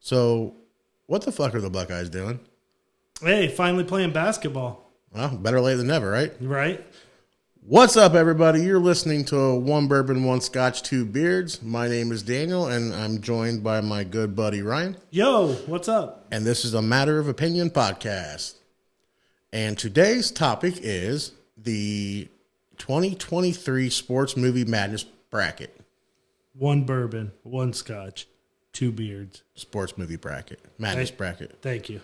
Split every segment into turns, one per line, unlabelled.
So, what the fuck are the Buckeyes doing?
Hey, finally playing basketball,
Well, better late than never, right?
right?
What's up, everybody? You're listening to One Bourbon, One Scotch, Two Beards. My name is Daniel, and I'm joined by my good buddy Ryan.
Yo, what's up?
And this is a Matter of Opinion podcast. And today's topic is the 2023 Sports Movie Madness Bracket.
One bourbon, one scotch, two beards.
Sports Movie Bracket. Madness
Hey.
Bracket.
Thank you.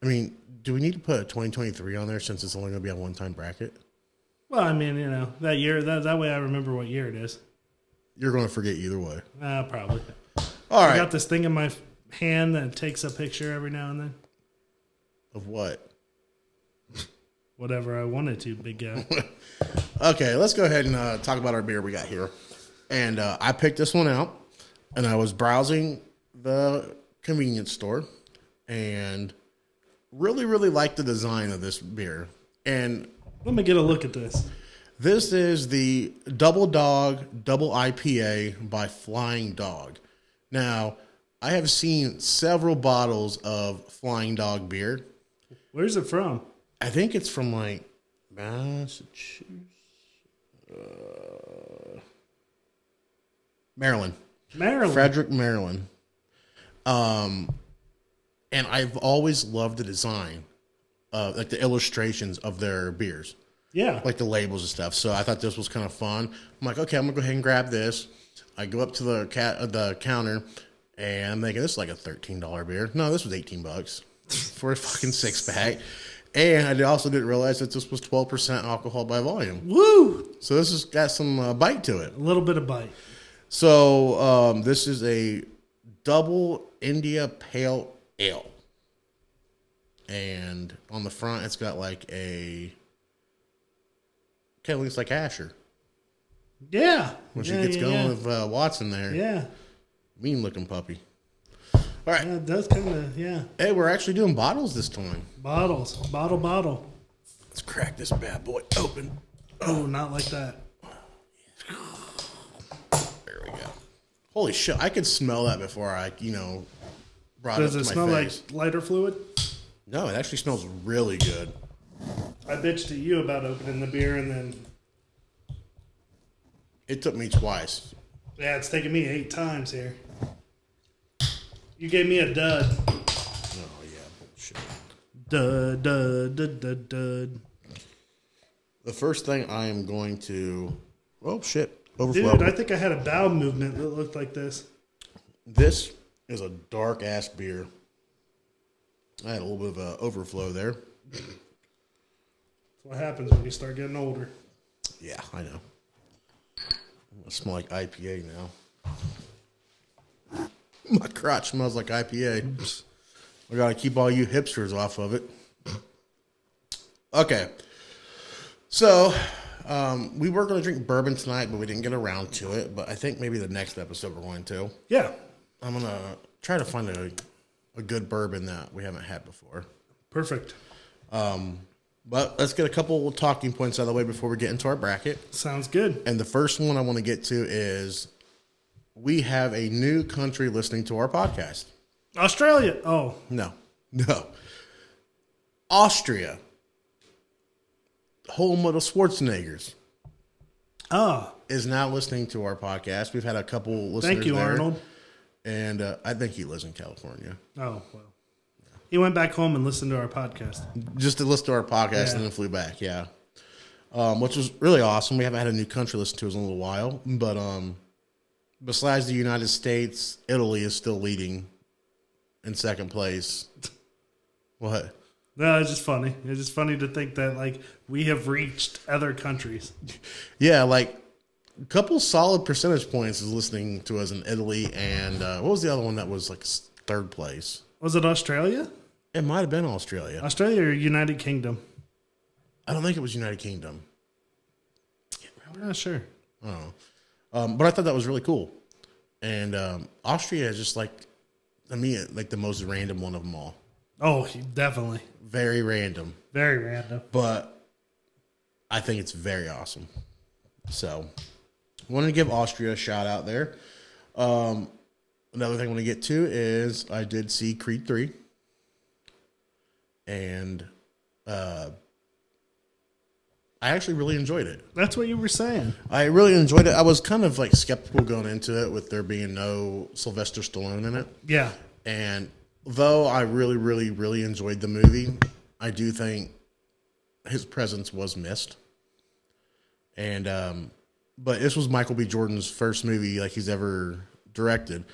I mean, do we need to put 2023 on there since it's only going to be a one time bracket?
Well, I mean, you know, that year, that, that way I remember what year it is.
You're going to forget either way.
Uh, probably.
All
I
right.
got this thing in my f- hand that takes a picture every now and then.
of what?
Whatever I wanted to, big guy.
Okay, let's go ahead and uh, talk about our beer we got here. And uh, I picked this one out, and I was browsing the convenience store, and really, really liked the design of this beer. And
Let me get a look at this.
this is the Double Dog Double IPA by Flying Dog. Now, I have seen several bottles of Flying Dog beer.
Where's it from?
I think it's from like Massachusetts, uh, Maryland,
Maryland.
Frederick, Maryland. Um, and I've always loved the design, uh, like the illustrations of their beers,
yeah.
like the labels and stuff. So I thought this was kind of fun. I'm like, okay, I'm gonna go ahead and grab this. I go up to the cat uh, the counter, and I'm thinking this is like a thirteen dollar beer. No, this was eighteen bucks for a fucking six pack. And I also didn't realize that this was twelve percent alcohol by volume.
Woo!
So this has got some uh, bite to it.
A little bit of bite.
So um, this is a double India Pale Ale, and on the front it's got like a kind of looks like Asher
Yeah.
when
yeah,
she gets
yeah,
going
yeah.
with uh, Watson there.
Yeah.
Mean looking puppy. All right,
Yeah, it does kind of, yeah.
hey, we're actually doing bottles this time.
Bottles. Bottle, bottle.
Let's crack this bad boy open.
Oh, not like that.
There we go. Holy shit! I could smell that before I, you know, brought
Does
it
it
to
smell
my
like
face.
lighter fluid?
No, it actually smells really good.
I bitched at you about opening the beer and then,
It took me twice.
yeah, it's taken me eight times here. You gave me a dud.
Oh yeah, bullshit.
Dud, dud, dud, dud, dud.
The first thing I am going to. Oh shit! Overflow.
Dude, I think I had a bowel movement that looked like this.
this is a dark ass beer. I had a little bit of a overflow there.
That's what happens when you start getting older.
Yeah, I know. I smell like IPA now. My crotch smells like IPA. I gotta keep all you hipsters off of it. Okay. So, um, we were gonna drink bourbon tonight, but we didn't get around to it. But I think maybe the next episode we're going to.
Yeah.
I'm gonna try to find a, a good bourbon that we haven't had before.
Perfect.
But let's get a couple talking points out of the way before we get into our bracket.
Sounds good.
And the first one I want to get to is we have a new country listening to our podcast.
Australia. Oh,
No, no. Austria, home of the Schwarzeneggers,
ah,
is now listening to our podcast. We've had a couple listeners.
thank you,
there,
Arnold.
And uh, I think he lives in California.
Oh, well. He went back home and listened to our podcast.
just to listen to our podcast
Yeah.
and then flew back. Yeah, um, which was really awesome. We haven't had a new country to listen to us in a little while, but um, besides the United States, Italy is still leading in second place. What?
No, it's just funny. It's just funny to think that like we have reached other countries.
Yeah, like a couple solid percentage points is listening to us in Italy, and uh, what was the other one that was like s- third place?
Was it Australia?
It might have been Australia.
Australia or United Kingdom?
I don't think it was United Kingdom.
I'm not sure.
Oh, um, but I thought that was really cool. And um, Austria is just like, I mean, like the most random one of them all.
Oh, he- definitely.
Very random,
Very random.
but I think it's very awesome. So, wanted to give Austria a shout out there. Um, Another thing I want to get to is I did see Creed 3. And uh, I actually really enjoyed it.
That's what you were saying.
I really enjoyed it. I was kind of like skeptical going into it with there being no Sylvester Stallone in it.
Yeah.
And though I really, really, really enjoyed the movie, I do think his presence was missed. And um but this was Michael B. Jordan's first movie like he's ever directed.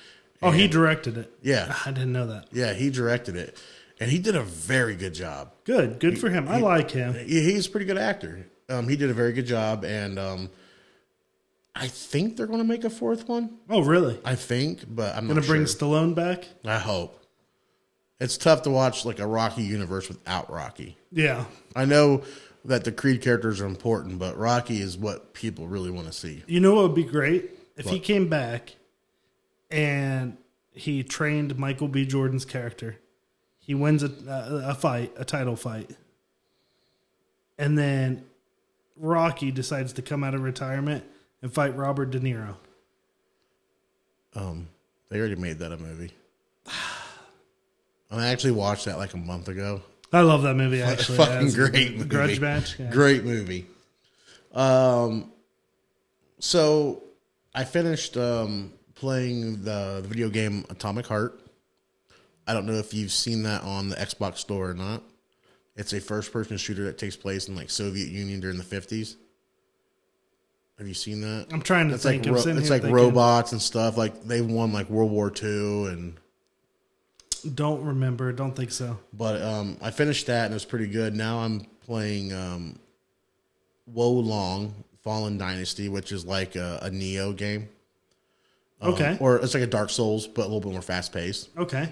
Oh, he directed it. Ah,
Yeah.
I didn't know that.
Yeah, he directed it. And he did a very good job.
Good. Good for him. I like him.
He- He's a pretty good actor. Um he did a very good job and um I think they're gonna make a fourth one.
Oh, really?
I think, but I'm not
Gonna bring
sure.
Stallone back?
I hope. It's tough to watch like a Rocky universe without Rocky.
Yeah.
I know that the Creed characters are important, but Rocky is what people really want to see.
You know what would be great? If he
What?
came back and he trained Michael B. Jordan's character. He wins a, a, a fight, a title fight. And then Rocky decides to come out of retirement and fight Robert De Niro.
Um, they already made that a movie. I actually watched that like a month ago.
I love that movie, actually.
Fucking
That's a
great movie.
Grudge match. Yeah.
Great movie. Um, so I finished um, playing the, the video game Atomic Heart. I don't know if you've seen that on the Xbox store or not. It's a first-person shooter that takes place in like Soviet Union during the fifties. Have you seen that?
I'm trying to
It's like
think. I'm
ro-
sitting
it's
here
like
thinking,
robots and stuff. Like they won like World War II and
Don't remember. Don't think so.
But um, I finished that and it was pretty good. Now I'm playing um, Wolong Fallen Dynasty, which is like a, a Neo game. Um,
Okay.
Or it's like a Dark Souls, but a little bit more fast paced.
Okay.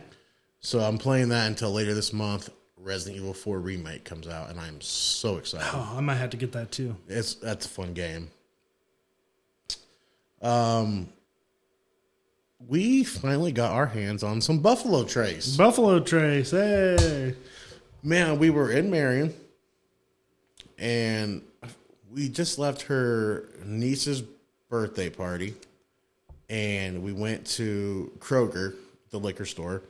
So I'm playing that until later this month. Resident Evil 4 Remake comes out, and I'm so excited.
Oh, I might have to get that too.
It's that's a fun game. Um, we finally got our hands on some Buffalo Trace.
Buffalo Trace. Hey.
man, we were in Marion, and we just left her niece's birthday party, and we went to Kroger, the liquor store,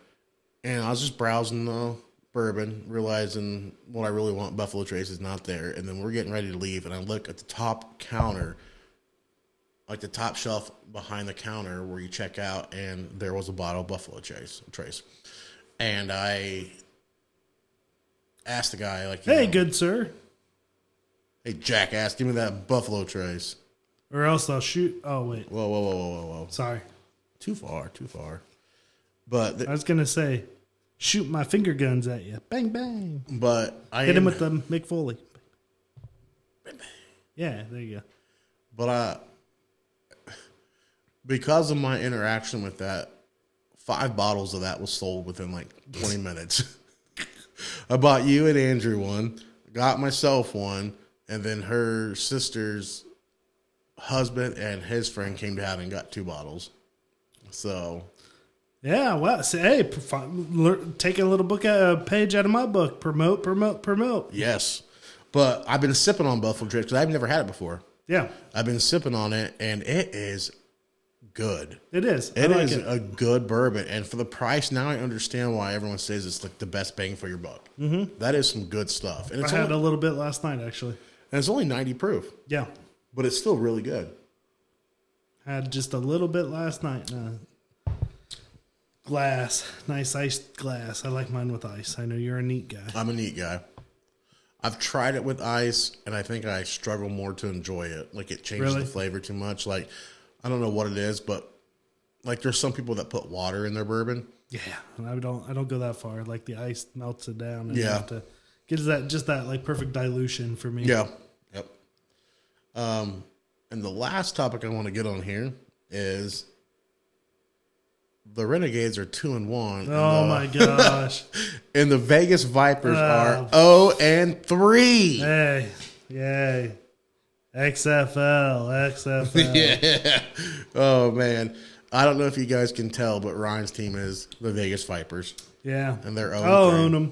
and I was just browsing the bourbon, realizing what I really want, Buffalo Trace, is not there, and then we're getting ready to leave, and I look at the top counter. Like the top shelf behind the counter where you check out, and there was a bottle of Buffalo Trace. Trace, and I asked the guy, like, you
Hey,
know,
good sir.
Hey, jackass, give me that Buffalo Trace.
Or else I'll shoot. Oh, wait.
Whoa, whoa, whoa, whoa, whoa, whoa.
Sorry.
Too far, too far. But,
I
th-
was going to say, shoot my finger guns at you. Bang, bang.
but I
Hit
am-
him with the Mick Foley. Yeah, there you go.
but I, because of my interaction with that, five bottles of that was sold within like 20 minutes. I bought you and Andrew one, got myself one, and then her sister's husband and his friend came down and got two bottles. So
Yeah, well, say, hey, profi- lear- take a little book, uh, page out of my book. Promote, promote, promote.
Yes. But I've been sipping on Buffalo Trace because I've never had it before.
Yeah,
I've been sipping on it and it is good.
it is. I
It
like
is
it.
a good bourbon. And for the price, now I understand why everyone says it's like the best bang for your buck. Mm-hmm. is some good stuff. And
I
it's,
had
only,
a little bit last night, actually.
and it's only 90 proof,
Yeah.
but it's still really good.
Had just a little bit last night. Uh, glass, nice iced glass. I like mine with ice. I know you're a neat guy.
I'm a neat guy. I've tried it with ice, and I think I struggle more to enjoy it. Like it changes
Really?
the flavor too much. Like I don't know what it is, but like there's some people that put water in their bourbon.
Yeah, and I don't. I don't go that far. Like the ice melts it down. And
Yeah.
yeah, have to get that just that like perfect dilution for me.
Yeah. Yep. Um, and the last topic I want to get on here is the Renegades are two and one.
Oh
and, the,
my gosh.
and the Vegas Vipers
Oh.
are oh and three.
hey, yay. XFL, XFL.
Yeah. Oh man. I don't know if you guys can tell, but Ryan's team is the Vegas Vipers.
Yeah.
And they're
I'll
own
own
three.
them.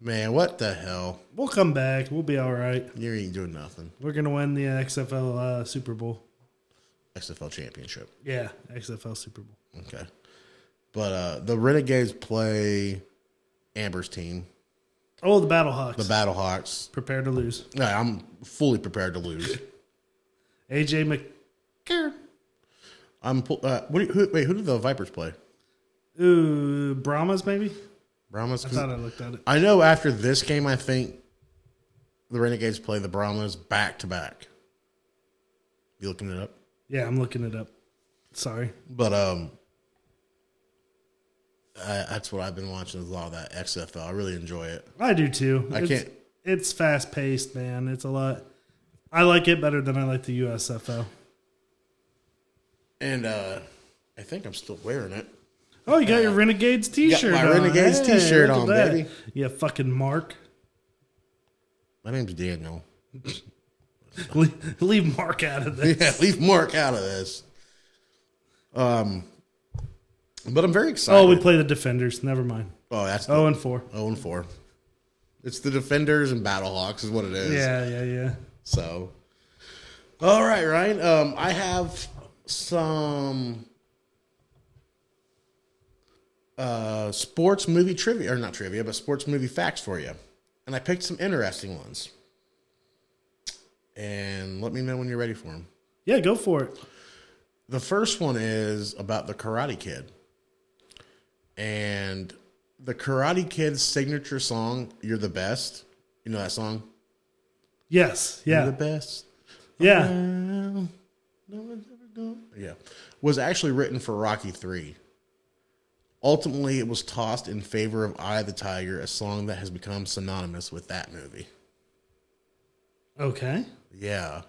Man, what the hell?
We'll come back. We'll be all right.
You ain't doing nothing.
We're gonna win the XFL uh, Super Bowl.
XFL championship.
Yeah, XFL Super Bowl.
Okay. But uh, the Renegades play Amber's team,
Oh, the Battlehawks.
the Battlehawks.
Prepare to lose.
Yeah, I'm fully prepared to lose.
AJ Mc.
I'm. pu- Uh, what do you, who, wait, who did the Vipers play?
Ooh, Brahmas maybe.
Brahmas.
I thought I looked at it.
I know after this game, I think the Renegades play the Brahmas back to back. You looking it up?
Yeah, I'm looking it up. Sorry.
But um, I, that's what I've been watching is a lot of that XFL. I really enjoy it.
I do too.
I
it's,
can't-
It's fast paced, man. It's a lot. I like it better than I like the USFL.
And uh, I think I'm still wearing it.
Oh, you got your Renegades T-shirt.
Uh, my
on.
Renegades
Hey,
t-shirt
look at
on,
that.
baby.
Yeah, fucking Mark.
My name's Daniel.
Le- Leave Mark out of this.
Yeah, leave Mark out of this. Um, but I'm very excited.
Oh, we play the Defenders. Never mind.
oh that's
Oh
oh
and four.
oh and four. It's the Defenders and Battlehawks is what it is.
Yeah, yeah, yeah.
So, all right, Ryan. Um, I have some uh, sports movie trivia, or not trivia, but sports movie facts for you. And I picked some interesting ones. And let me know when you're ready for them.
Yeah, go for it.
The first one is about the Karate Kid. And the Karate Kid's signature song, You're the Best. You know that song?
Yes.
You're
Yeah.
the Best.
Yeah.
No one's ever gone. Yeah. Was actually written for Rocky 3. Ultimately, it was tossed in favor of Eye of the Tiger, a song that has become synonymous with that movie.
Okay.
Yeah.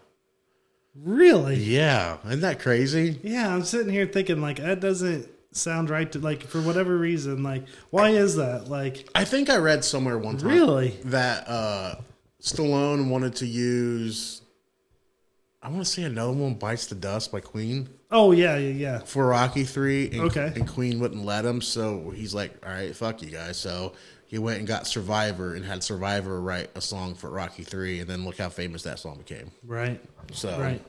Really?
Yeah. Isn't that crazy?
Yeah. I'm sitting here thinking like that doesn't sound right to like for whatever reason like why is that like
I think I read somewhere one time
really
that uh, Stallone wanted to use, I want to say another one, Bites the Dust by Queen.
oh yeah yeah yeah
for Rocky three, and,
Okay.
and Queen wouldn't let him, so he's like, "All right, fuck you guys." So he went and got Survivor and had Survivor write a song for Rocky three, and then look how famous that song became.
right
So
Right.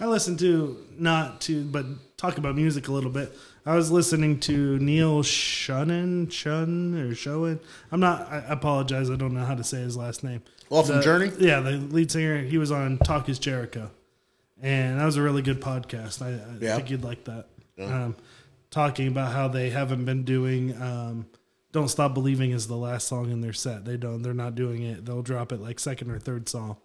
I listened to not to but talk about music a little bit. I was listening to Neil Shannon, Shun or Showen. I'm not. I apologize. I don't know how to say his last name.
Well, from
The-
Journey?
Yeah, the lead singer. He was on Talk Is Jericho, and that was a really good podcast. I, I
Yeah.
think you'd like that. Um, talking about how they haven't been doing. Um, don't stop believing is the last song in their set. They don't. They're not doing it. They'll drop it like second or third song.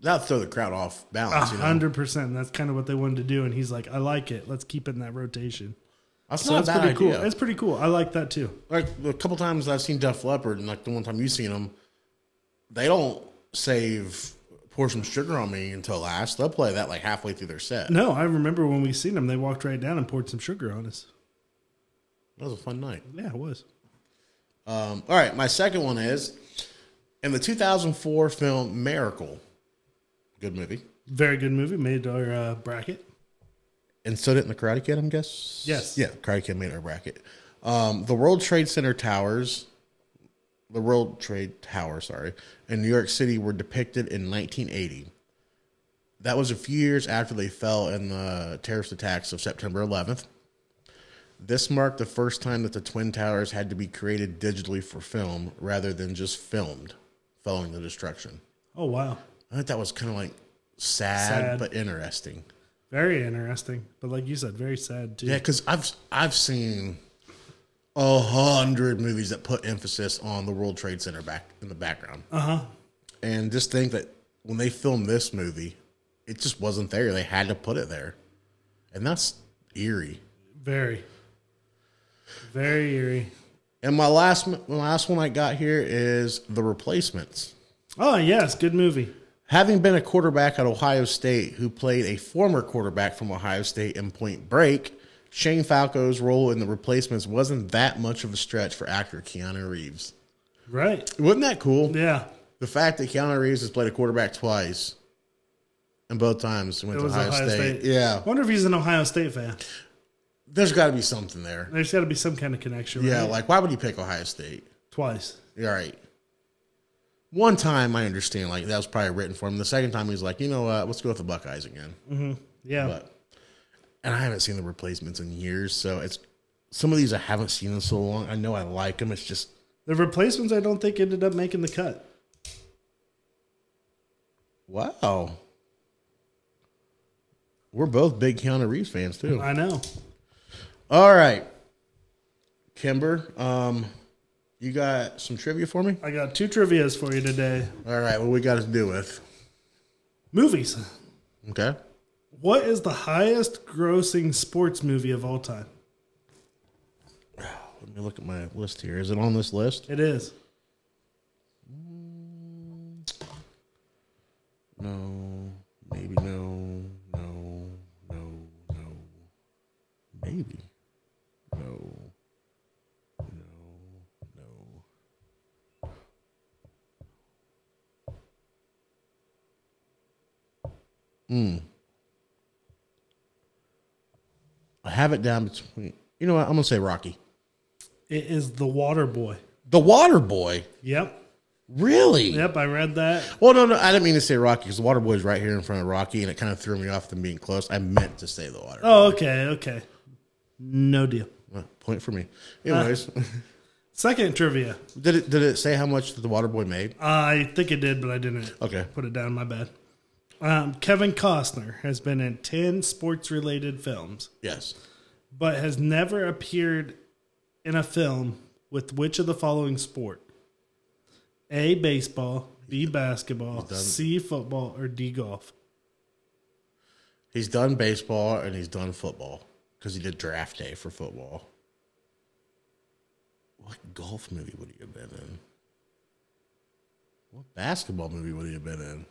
that'll throw the crowd off
A
balance. You know,
hundred percent. That's kind of what they wanted to do, and he's like, "I like it. Let's keep it in that rotation."
that's
So
not a
that's
bad
pretty
idea.
cool. That's pretty cool. I like that too.
like a couple times I've seen Def Leppard, and like the one time you've seen them, they don't save pour some sugar on me until last. They'll play that like halfway through their set.
No, I remember when we seen them, they walked right down and poured some sugar on us.
That was a fun night.
Yeah, it was.
Um, all right, my second one is in the 2004 film Miracle. Good movie.
Very good movie. Made our uh, bracket.
And so did The Karate Kid, I'm guess.
Yes.
Yeah, Karate Kid made our bracket. Um, the World Trade Center towers, the World Trade Tower, sorry, in New York City were depicted in 1980. That was a few years after they fell in the terrorist attacks of September 11th. This marked the first time that the Twin Towers had to be created digitally for film rather than just filmed following the destruction.
Oh wow,
I think that was kind of like sad,
Sad.
but interesting.
very interesting. But like you said, very sad too.
Yeah, because I've I've seen a hundred movies that put emphasis on the World Trade Center back in the background. Uh huh. And just think that when they filmed this movie, it just wasn't there. They had to put it there, and that's eerie.
Very, very eerie.
And my last my last one I got here is the replacements.
Oh yes, good movie.
Having been a quarterback at Ohio State who played a former quarterback from Ohio State in Point Break, Shane Falco's role in the replacements wasn't that much of a stretch for actor Keanu Reeves.
Right?
Wasn't that cool?
Yeah.
The fact that Keanu Reeves has played a quarterback twice, and both times he went
It
to
was
Ohio, State. Yeah,
Wonder if he's an Ohio State fan.
there's got to be something there.
There's got to be some kind of connection. Right?
Yeah, like why would he pick Ohio State?
twice.
All right. One time I understand, like that was probably written for him. The second time he's like, you know what? Let's go with the Buckeyes again.
Yeah.
but and I haven't seen the replacements in years, so it's Some of these I haven't seen in so long. I know I like them. It's just
The replacements, I don't think, ended up making the cut.
wow. We're both big Keanu Reeves fans too.
I know.
All right, Kimber, um, you got some trivia for me?
I got two trivias for you today.
All right, what we got to do with?
Movies.
Okay,
What is the highest grossing sports movie of all time?
let me look at my list here. Is it on this list?
It is.
No, maybe no, no, no, no, maybe no, no, no. Hmm. I have it down between. You know what? I'm gonna say Rocky,
It is The Water Boy.
the Water Boy.
Yep.
Really?
Yep, I read that.
Well, no, no, I didn't mean to say Rocky because the Water Boy's right here in front of Rocky, and it kind of threw me off them being close. I meant to say the Water.
Oh, okay, okay. No deal.
Well, Point for me. Anyways,
Second trivia.
did it did it say how much the Water Boy made?
I think it did, but I didn't
Okay,
put it down. My bad. Um, Kevin Costner has been in 10 sports related films,
yes,
but has never appeared in a film with which of the following sport? A. Baseball, B. Basketball,
done-
C. Football, or D. Golf?
he's done baseball and he's done football because he did draft day for football. What golf movie would he have been in? What basketball movie would he have been in?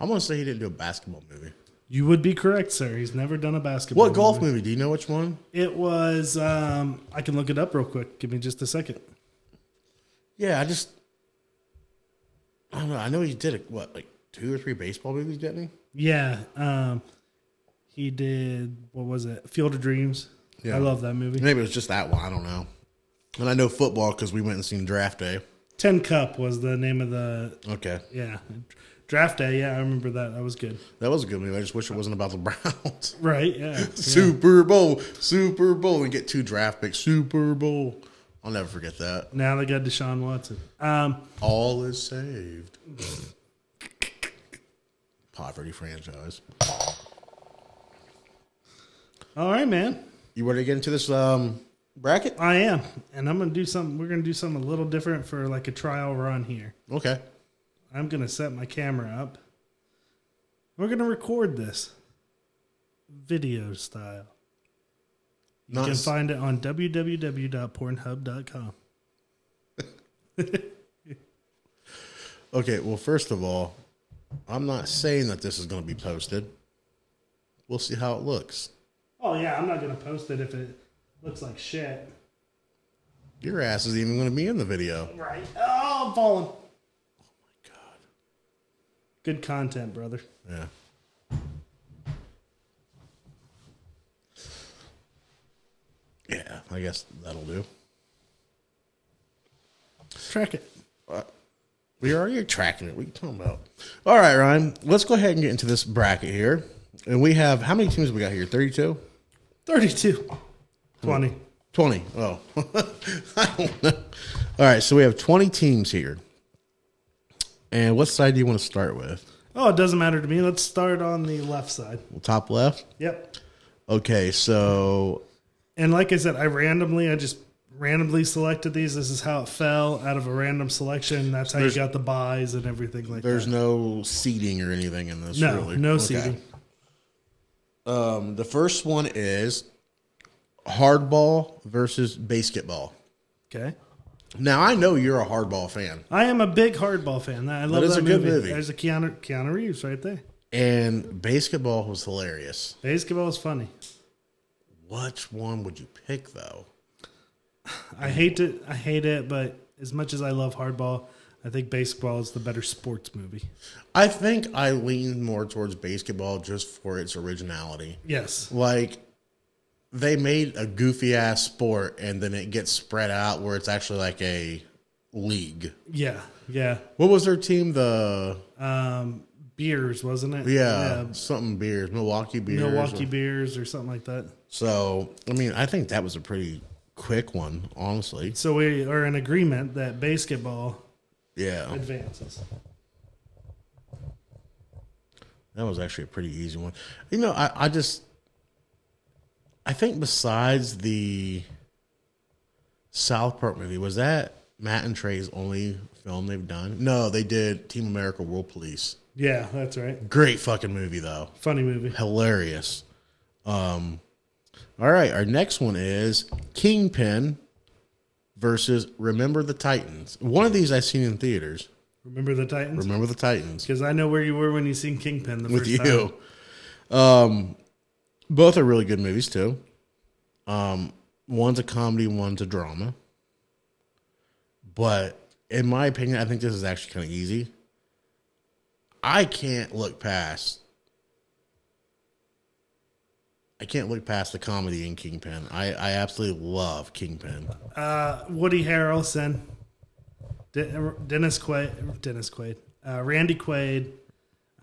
I'm gonna say he didn't do a basketball movie.
You would be correct, sir. He's never done a basketball.
What golf movie? Do you know which one?
It was. Um, I can look it up real quick. Give me just a second.
Yeah, I just I don't know. I know he did like, what like two or three baseball movies, didn't
Yeah, um, he did. What was it? Field of Dreams.
Yeah.
I love that
he?
movie.
Maybe it was just that one. I don't know. And I know football because we went and seen Draft Day.
Ten Cup was the name of the
Okay,
yeah draft day. Yeah, I remember that. That was good.
that was a good movie. I just wish it wasn't about the Browns.
Right? Yeah.
Super Bowl, Super Bowl, and get two draft picks. Super Bowl. I'll never forget that.
now they got Deshaun Watson. Um,
All is saved. Poverty franchise.
all right, man.
You ready to get into this um, bracket?
I am, and I'm gonna do something. We're gonna do something a little different for like a trial run here.
Okay.
I'm gonna set my camera up. We're gonna record this video style. You
Not
can
s-
find it on www.pornhub.com.
Okay, well, first of all, I'm not saying that this is going to be posted. We'll see how it looks.
Oh yeah, I'm not gonna post it if it looks like shit.
Your ass is even going to be in the video.
Right. Oh, I'm falling. Good content, brother.
Yeah. Yeah, I guess that'll do.
Track it.
We already tracking it. What are you talking about? All right, Ryan, let's go ahead and get into this bracket here. And we have how many teams we got here? 32?
32. 20.
20. Oh, I don't know. All right, so we have 20 teams here. And what side do you want to start with?
Oh, it doesn't matter to me. Let's start on the left side.
Top left?
Yep.
Okay, so
And like I said, I randomly, I just randomly selected these. This is how it fell out of a random selection. That's how you got the buys and everything like
there's
that.
no seating or anything in this,
No,
really.
no
Okay.
seating.
Um, the first one is hardball versus basketball.
Okay.
Now, I know you're a hardball fan,
I am a big hardball fan. I love
That is
that
a good
movie.
movie.
There's a Keanu, Keanu Reeves right there.
and basketball was hilarious.
Basketball is funny.
Which one would you pick, though?
I hate it. I hate it, but as much as I love hardball, I think baseball is the better sports movie.
I think I lean more towards basketball just for its originality.
Yes.
Like they made a goofy ass sport and then it gets spread out where it's actually like a league.
Yeah. Yeah.
What was their team? The
Um, beers, wasn't it?
Yeah, something beers, Milwaukee beers.
Milwaukee
or-
beers or something like that.
So, I mean, I think that was a pretty quick one, honestly.
So we are in agreement that basketball
Yeah,
advances.
that was actually a pretty easy one. You know, I, I just, I think besides the South Park movie, was that Matt and Trey's only film they've done? No, they did Team America World Police.
Yeah, that's right.
Great fucking movie, though.
Funny movie.
hilarious. Um, all right, our next one is Kingpin versus Remember the Titans. One of these I've seen in theaters.
Remember the Titans?
Remember the Titans
Because I know where you were when you seen Kingpin the
with
first
you.
time.
Um, both are really good movies too. Um, one's a comedy, one's a drama. But in my opinion, I think this is actually kind of easy. I can't look past. I can't look past the comedy in Kingpin. I, I absolutely love Kingpin.
Uh, Woody Harrelson, De- uh, Dennis Quaid, Dennis Quaid, uh, Randy Quaid.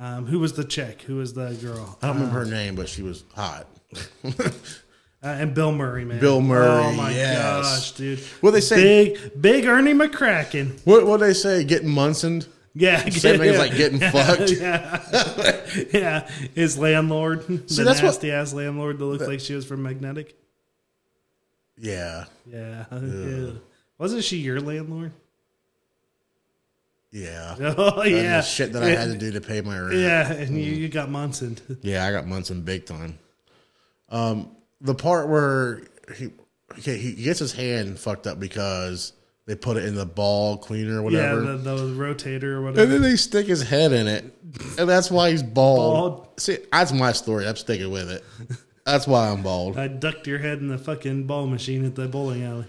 Um, who was the chick? Who was the girl?
I don't remember her name, but she was hot.
Uh, and Bill Murray, man.
Bill Murray,
Oh my
yes.
gosh, dude.
What'd they say?
Big, big Ernie McCracken.
what what they say? Getting Munsoned?
Yeah,
Same thing as like getting fucked.
yeah, his landlord, the
that's what-
nasty ass landlord that looked like she was from Magnetic.
Yeah,
Yeah, yeah. wasn't she your landlord?
yeah.
Oh
and
yeah,
the shit that I had to do to pay my rent. Yeah,
Yeah, and you, you got Munson.
I got Munson big time. Um, the part where he okay, he gets his hand fucked up because they put it in the ball cleaner or
Yeah,
whatever,
the, the rotator or
and
whatever.
then they stick his head in it, and that's why he's bald.
Bald.
See, that's my story. I'm sticking with it. That's why I'm bald.
I ducked your head in the fucking ball machine at the bowling alley.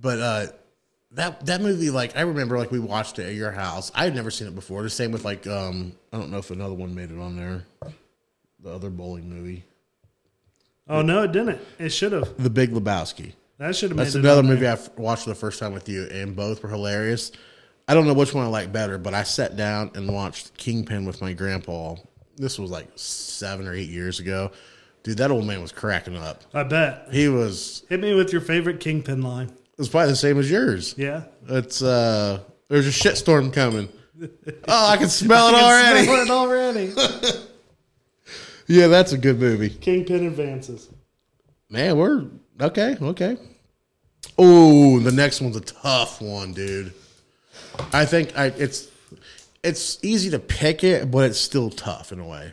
But uh that that movie, like I remember, like we watched it at your house. I had never seen it before. The same with like um I don't know if another one made it on there, the other bowling movie,
Oh no, it didn't. It should have.
The Big Lebowski.
That should have made
That's
it
another
on
movie
there.
I f- watched for the first time with you, and both were hilarious. I don't know which one I like better, but I sat down and watched Kingpin with my grandpa. This was like seven or eight years ago. Dude, that old man was cracking up.
I bet.
He was
Hit me with your favorite kingpin line.
it was probably the same as yours.
Yeah.
It's uh there's a shitstorm coming. Oh, I can smell it already.
Smell it already.
Yeah, that's a good movie.
kingpin advances.
Man, we're okay, okay. Oh, the next one's a tough one, dude. I think I it's it's easy to pick it, but it's still tough in a way.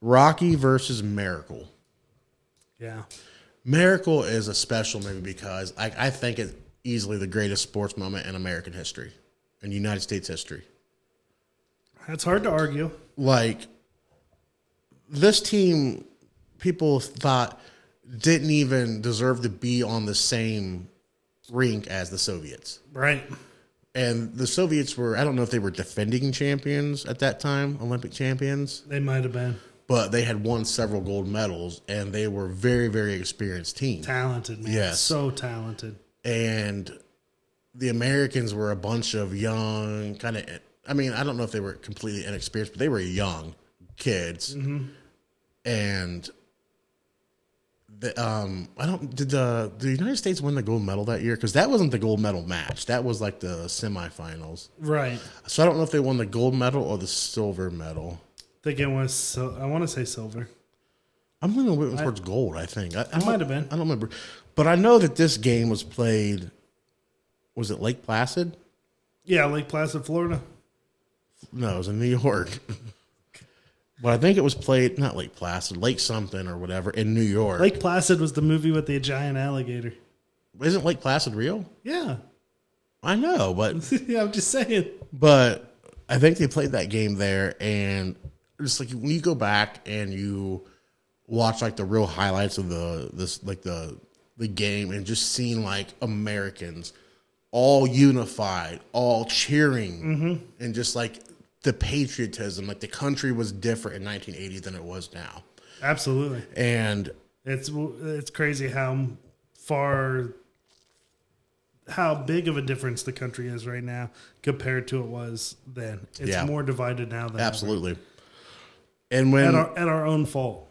Rocky versus Miracle.
Yeah.
Miracle is a special movie because I, I think it's easily the greatest sports moment in American history, in United States history.
That's hard to argue.
like this team people thought didn't even deserve to be on the same rink as the Soviets.
Right.
And the Soviets were I don't know if they were defending champions at that time, Olympic champions,
They might have been
but they had won several gold medals and they were very very experienced team.
talented, man.
Yes.
So talented.
and the Americans were a bunch of young, kind of. I mean, I don't know if they were completely inexperienced, but they were young kids,
Mm-hmm.
and the um, I don't did the the United States win the gold medal that year because that wasn't the gold medal match. That was like the semifinals.
Right.
So I don't know if they won the gold medal or the silver medal.
think it was so I want to say silver.
I'm going to went towards gold. I think I, I don't-
might have been.
I don't remember, but I know that this game was played. Was it Lake Placid?
Yeah, Lake Placid, Florida.
No, it was in New York. but I think it was played not Lake Placid, Lake something or whatever in New York.
Lake Placid was the movie with the giant alligator.
isn't Lake Placid real?
Yeah.
I know, but
yeah, I'm just saying.
but I think they played that game there, and just like when you go back and you watch like the real highlights of the this like the the game and just seeing like Americans all unified, all cheering, and just like the patriotism, like the country was different in 1980 than it was now.
Absolutely.
and
It's it's crazy how far how big of a difference the country is right now compared to it was then. It's
Yeah.
more divided now than
Absolutely. And when
ever. at our at our own fault.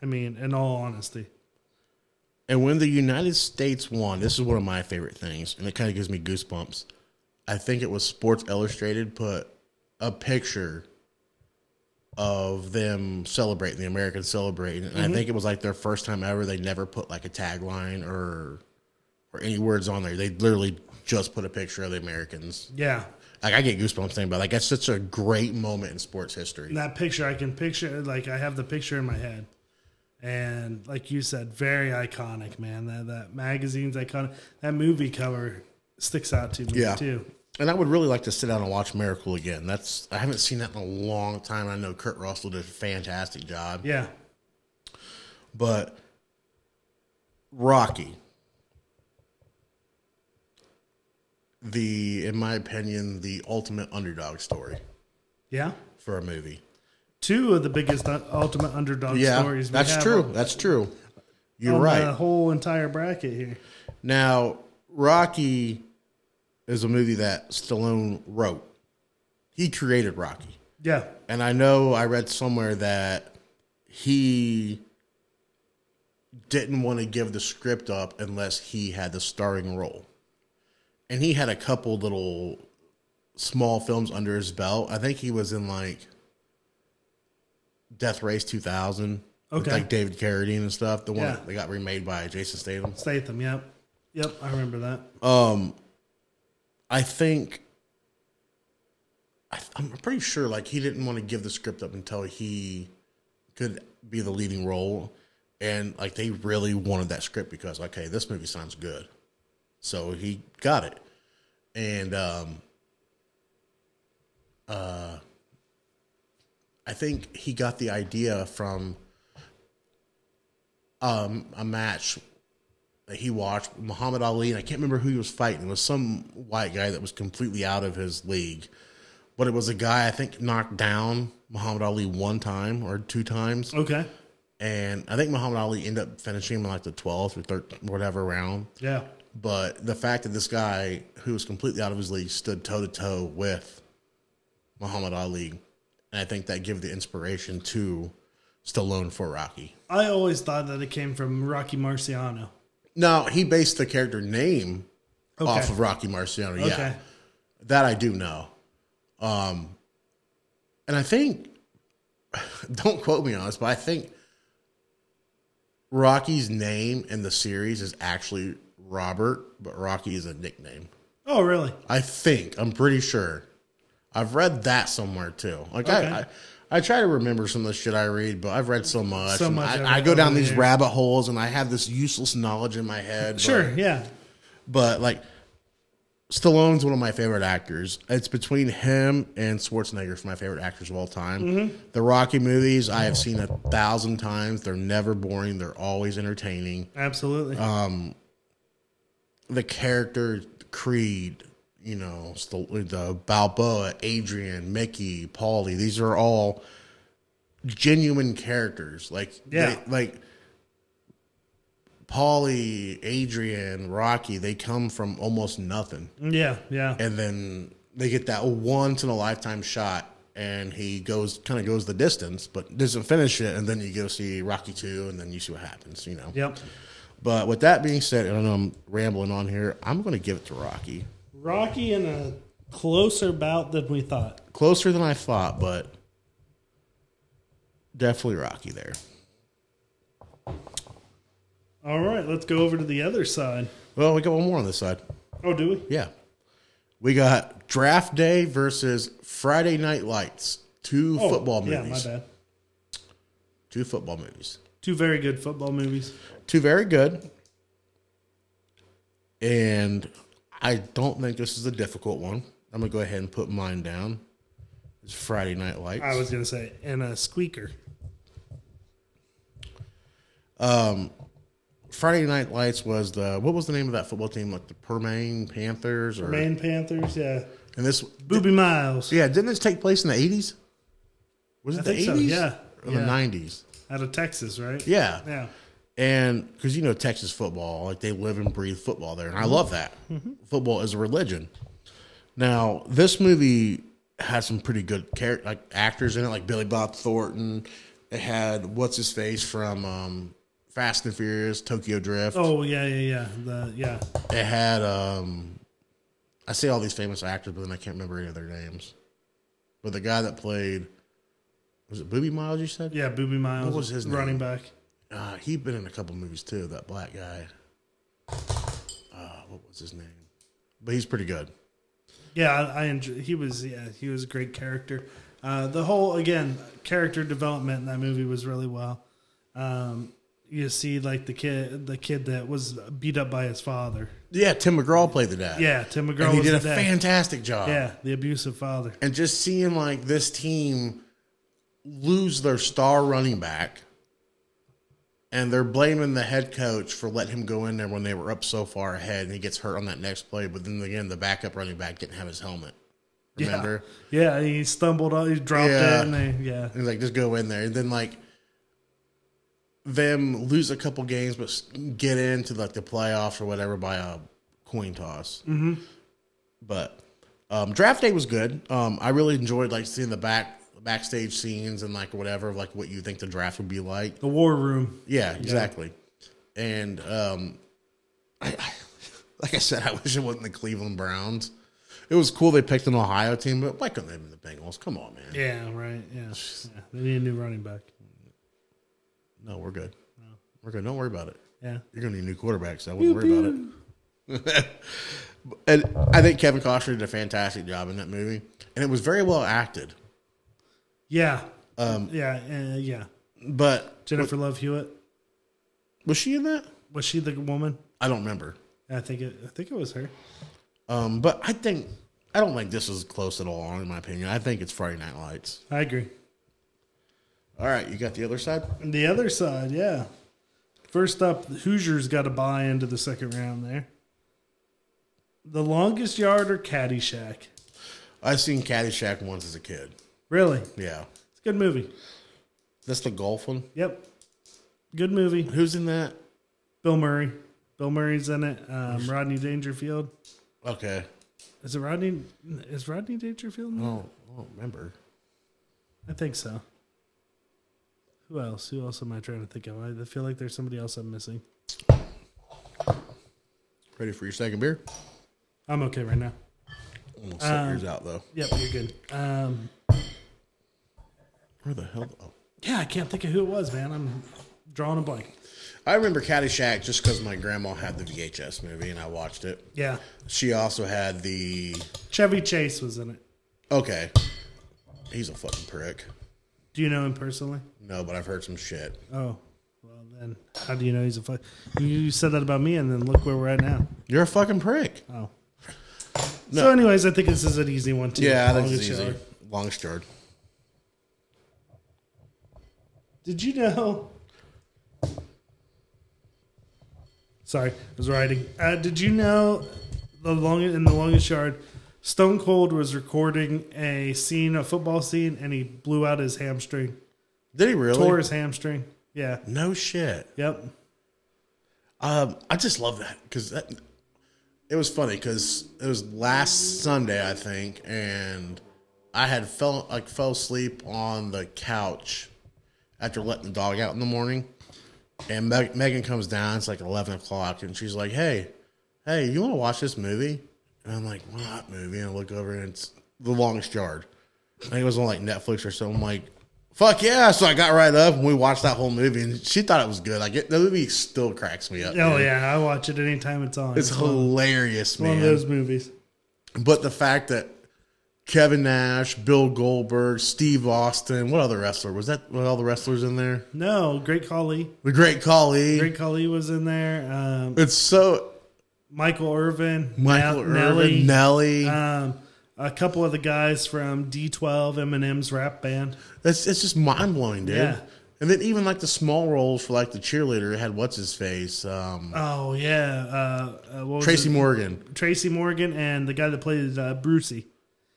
I mean, in all honesty,
And when the United States won, this is one of my favorite things, and it kind of gives me goosebumps. I think it was Sports Illustrated put a picture of them celebrating, the Americans celebrating, and I think it was like their first time ever. They never put like a tagline or or any words on there. They literally just put a picture of the Americans.
yeah.
Like I get goosebumps thinking about. it. Like that's such a great moment in sports history.
That picture I can picture, like I have the picture in my head, and like you said, very iconic, man. That that magazine's iconic. That movie cover sticks out to me
Yeah.
too.
And I would really like to sit down and watch Miracle again. That's I haven't seen that in a long time. I know Kurt Russell did a fantastic job,
Yeah,
but Rocky, the in my opinion, the ultimate underdog story
yeah.
for a movie.
Two of the biggest u- ultimate underdog
Yeah,
stories. we
that's
have
true.
on- Oh,
That's true. You're
on
right.
The whole entire bracket here.
Now, Rocky is a movie that Stallone wrote. He created Rocky.
Yeah,
And I know I read somewhere that he didn't want to give the script up unless he had the starring role. And he had a couple little small films under his belt. I think he was in like Death Race 2000 with
Okay.
like David Carradine and stuff. The one
Yeah.
that they got remade by Jason Statham.
Statham. Yep, yep. I remember that.
I think I, I'm pretty sure like he didn't want to give the script up until he could be the leading role, and like they really wanted that script because okay, this movie sounds good, so he got it, and um, uh, I think he got the idea from um a match that he watched Muhammad Ali, and I can't remember who he was fighting. It was some white guy that was completely out of his league, but it was a guy I think knocked down Muhammad Ali one time or two times,
Okay.
and I think Muhammad Ali ended up finishing him in like the twelfth or third whatever round.
Yeah.
But the fact that this guy who was completely out of his league stood toe to toe with Muhammad Ali, and I think that gave the inspiration to Stallone for Rocky.
I always thought that it came from Rocky Marciano.
No, he based the character name
Okay.
off of Rocky Marciano. Yeah,
Okay.
that I do know. Um, and I think, don't quote me on this, but I think Rocky's name in the series is actually Robert, but Rocky is a nickname.
Oh, really?
I think I'm pretty sure. I've read that somewhere too. Like
Okay.
I, I, I try to remember some of the shit I read, but I've read so much.
So
and
much Oh,
I, I
over-
go down
over
these
the years.
rabbit holes, and I have this useless knowledge in my head.
Sure.
but-
yeah.
but like Stallone's one of my favorite actors. It's between him and Schwarzenegger for my favorite actors of all time.
Mm-hmm.
The Rocky movies I have seen a thousand times. They're never boring. They're always entertaining.
Absolutely.
Uh-huh. The character Creed, you know, Sta- the Balboa, Adrian, Mickey, Paulie. These are all genuine characters. Like
Yeah.
they- like Paulie, Adrian, Rocky. They come from almost nothing.
yeah. Yeah.
and then they get that once in a lifetime shot and he goes kind of goes the distance but doesn't finish it and then you go see rocky 2 and then you see what happens you know
Yep.
but with that being said and i know i'm rambling on here i'm going to give it to rocky
Rocky in a closer bout than we thought.
closer than i thought but definitely rocky there
All right, let's go over to the other side.
well we got one more on this side
Oh, do we?
yeah we got draft day versus friday night lights two
Oh,
football
Yeah, my
movies
bad.
two football movies
Two very good football movies.
two very good. And I don't think this is a difficult one. I'm gonna go ahead and put mine down. It's Friday Night Lights.
I was gonna say, and a squeaker.
Friday Night Lights was the what was the name of that football team? Like the Permain Panthers or
Man Panthers, yeah.
and this
Booby Miles
yeah, didn't this take place in the eighties? Was it
I
the
think so,
eighties?
yeah.
Or the
Yeah.
nineties.
out of Texas, right?
Yeah.
Yeah.
And because you know Texas football, like they live and breathe football there, and I love that.
Mm-hmm.
Football is a religion. Now, this movie had some pretty good char- like actors in it, like Billy Bob Thornton. It had what's his face from um, Fast and Furious, Tokyo Drift.
Oh yeah, yeah, yeah. The yeah.
It had um, I say all these famous actors, but then I can't remember any of their names. But the guy that played was it Booby Miles? You said
Yeah, Booby Miles.
What was his name?
running back?
uh, he'd been in a couple movies too. That black guy. Uh, what was his name? But he's pretty good.
Yeah, I, I enjoy, he was yeah, he was a great character. Uh, the whole again, character development in that movie was really well. Um, you see like the kid the kid that was beat up by his father.
Yeah, Tim McGraw played the dad.
Yeah, Tim McGraw
and he
was
did a
the dad.
fantastic job.
Yeah, the abusive father.
and just seeing like this team lose their star running back and they're blaming the head coach for letting him go in there when they were up so far ahead and he gets hurt on that next play but then again the backup running back didn't have his helmet remember
Yeah, he stumbled on, he dropped
Yeah.
it, and they, yeah,
and he's like just go in there and then like them lose a couple games but s- get into like the playoffs or whatever by a coin toss mm-hmm. but um, draft day was good um, i really enjoyed like seeing the back backstage scenes and like whatever like what you think the draft would be like
the war room.
yeah exactly and um, I, I, like i said i wish it wasn't the cleveland browns it was cool they picked an ohio team but why couldn't they have been the bengals come on man
Yeah, right. Yeah, yeah. they need a new running back.
No, we're good. We're good. Don't worry about it.
Yeah,
You're gonna need new quarterbacks. I wouldn't worry about it. and I think Kevin Costner did a fantastic job in that movie, and it was very well acted.
yeah, um, yeah, uh, yeah.
But
Jennifer Love Hewitt
was she in that?
was she the woman?
I don't remember.
I think it. I think it was her.
Um, but I think I don't think this is close at all, in my opinion. I think it's Friday Night Lights.
I agree.
All right, you got the other side.
And the other side, yeah. First up, the Hoosiers got to buy into the second round there. The longest yard or Caddyshack?
I've seen Caddyshack once as a kid.
Really, it's
Yeah,
a good movie.
that's the golf one.
Yep, good movie.
Who's in that?
Bill Murray. Bill Murray's in it. Um, Rodney Dangerfield.
Okay,
Is it Rodney? Is Rodney Dangerfield? in
I
it?
don't, I don't remember.
I think so. Who else? Who else am I trying to think of? I feel like there's somebody else I'm missing.
Ready for your second beer?
I'm okay right now.
I'm gonna sip yours out though.
Yep, you're good. Um,
Where the hell? Oh.
yeah, I can't think of who it was, man. I'm drawing a blank.
I remember Caddyshack just because my grandma had the VHS movie and I watched it.
Yeah,
She also had the.
Chevy Chase was in it.
Okay. He's a fucking prick.
Do you know him personally?
No, but I've heard some shit.
Oh, well then, how do you know he's a fuck? You said that about me, and then look where we're at now.
You're a fucking prick.
Oh. So, anyways, I think this is an easy one too.
Yeah, that's
Longest
easy.
yard.
Long story.
Did you know? Sorry, I was writing. Uh, did you know the long in the longest yard, Stone Cold was recording a scene, a football scene, and he blew out his hamstring,
Did he really?
tore his hamstring. Yeah.
No shit.
Yep.
Um, I just love that because that it was funny because it was last Sunday I think, and I had fell like fell asleep on the couch after letting the dog out in the morning, and Meg- Megan comes down. It's like eleven o'clock, and she's like, "Hey, hey, you want to watch this movie?" And I'm like, "What movie?" And I look over, and it's The Longest Yard. I think it was on like Netflix or something. I'm like, "Fuck yeah!" So I got right up and we watched that whole movie, and she thought it was good. Like it, the movie still cracks me up.
Oh
dude.
yeah, I watch it anytime it's on.
It's hilarious,
one
man.
of those movies.
But the fact that Kevin Nash, Bill Goldberg, Steve Austin, what other wrestler was that? What all the wrestlers in there?
No, Great Khali.
The Great Khali.
Great Khali was in there. Um,
It's so
Michael Irvin.
Michael
Nell-
Irvin, Nelly.
um, a couple of the guys from D12 Eminem's rap band.
That's it's just mind blowing, dude.
Yeah.
And then even like the small roles for like the cheerleader it had what's his face, um,
Oh yeah, uh, uh, what was
Tracy
it?
Morgan.
Tracy Morgan and the guy that played uh, Brucey.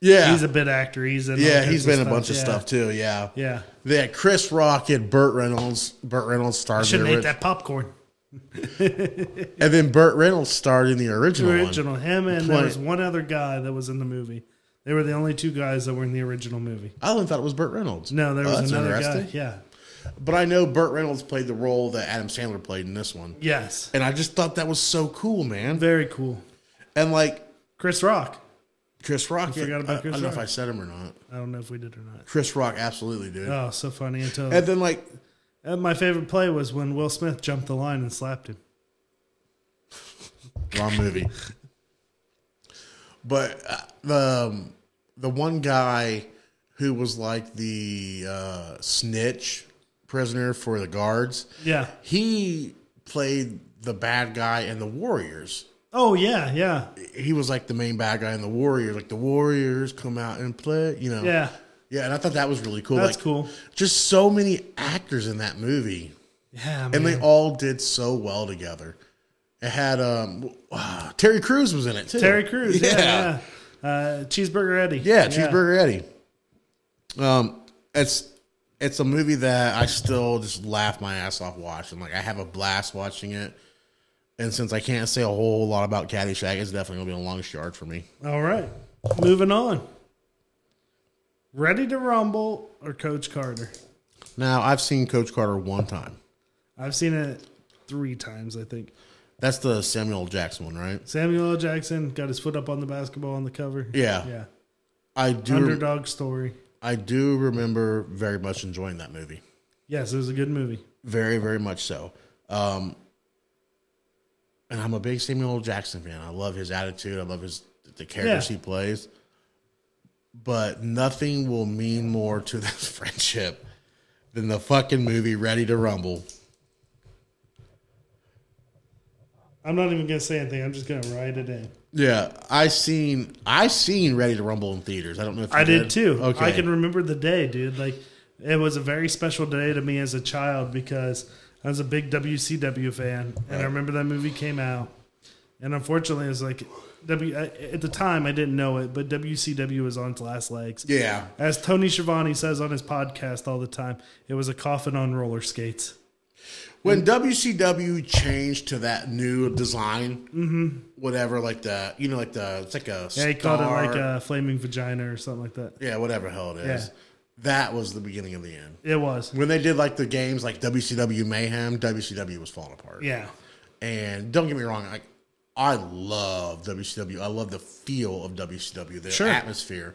Yeah.
He's a bit actor. He's in all
yeah,
kinds
he's
of
been in a
stuff.
bunch of
Yeah.
stuff too. Yeah.
Yeah.
They had Chris Rock and Burt Reynolds. Burt Reynolds starred in
Shouldn't
the
ate
ori-
that popcorn.
and then Burt Reynolds starred in the original, one.
original him and there
Play-
was one other guy that was in the movie. They were the only two guys that were in the original movie.
I only thought it was Burt Reynolds.
No, there
Oh,
was
that's
another guy.
interesting.
Yeah.
But I know Burt Reynolds played the role that Adam Sandler played in this one,
Yes.
and I just thought that was so cool, man.
Very cool.
And like
Chris Rock.
Chris Rock,
forgot about
I- I,
Chris
don't know if
Rock.
I said him or not.
I don't know if we did or not.
Chris Rock, absolutely, dude.
Oh, so funny until
And then like
and my favorite play was when Will Smith jumped the line and slapped him.
wrong movie. But uh, the um, the one guy who was like the uh, snitch prisoner for the guards,
Yeah.
he played the bad guy in the Warriors.
Oh yeah, yeah.
He was like the main bad guy in the Warriors. Like the Warriors come out and play, you know.
Yeah.
Yeah, and I thought that was really cool.
That's
like,
cool.
Just so many actors in that movie,
Yeah,
and
man.
they all did so well together. It had um, wow, Terry Crews was in it too.
Terry Crews, yeah. yeah. Uh, Cheeseburger Eddie.
Yeah, Cheeseburger Eddie. Um, it's it's a movie that I still just laugh my ass off watching. Like I have a blast watching it. And since I can't say a whole lot about Caddyshack, it's definitely gonna be the longest yard for me.
All right. Moving on. Ready to Rumble or Coach Carter?
Now I've seen Coach Carter one time.
I've seen it three times, I think.
That's the Samuel L. Jackson one, right?
Samuel L. Jackson got his foot up on the basketball on the cover.
Yeah.
Yeah.
I do.
Underdog story.
I do remember very much enjoying that movie.
Yes, it was a good movie.
Very, very much so. Um, and I'm a big Samuel L. Jackson fan. I love his attitude. I love his the characters
Yeah.
he plays. But nothing will mean more to this friendship than the fucking movie Ready to Rumble.
I'm not even going to say anything. I'm just going to write it in.
Yeah, I seen I seen Ready to Rumble in theaters. I don't know if you
I did too.
Okay,
I can remember the day, dude. Like, it was a very special day to me as a child because I was a big WCW fan, and I remember that movie came out. And unfortunately, it was like W. I- At the time, I didn't know it, but WCW was on its last legs.
yeah,
As Tony Schiavone says on his podcast all the time, it was a coffin on roller skates.
when WCW changed to that new design, whatever, like the you know, like the it's like a
Yeah, he called it
star-
like a flaming vagina or something like that.
yeah, whatever the hell it is.
Yeah.
That was the beginning of the end.
It was.
When they did like the games like WCW Mayhem, WCW was falling apart.
Yeah.
And don't get me wrong, like I love WCW. I love the feel of WCW, the
Sure.
atmosphere.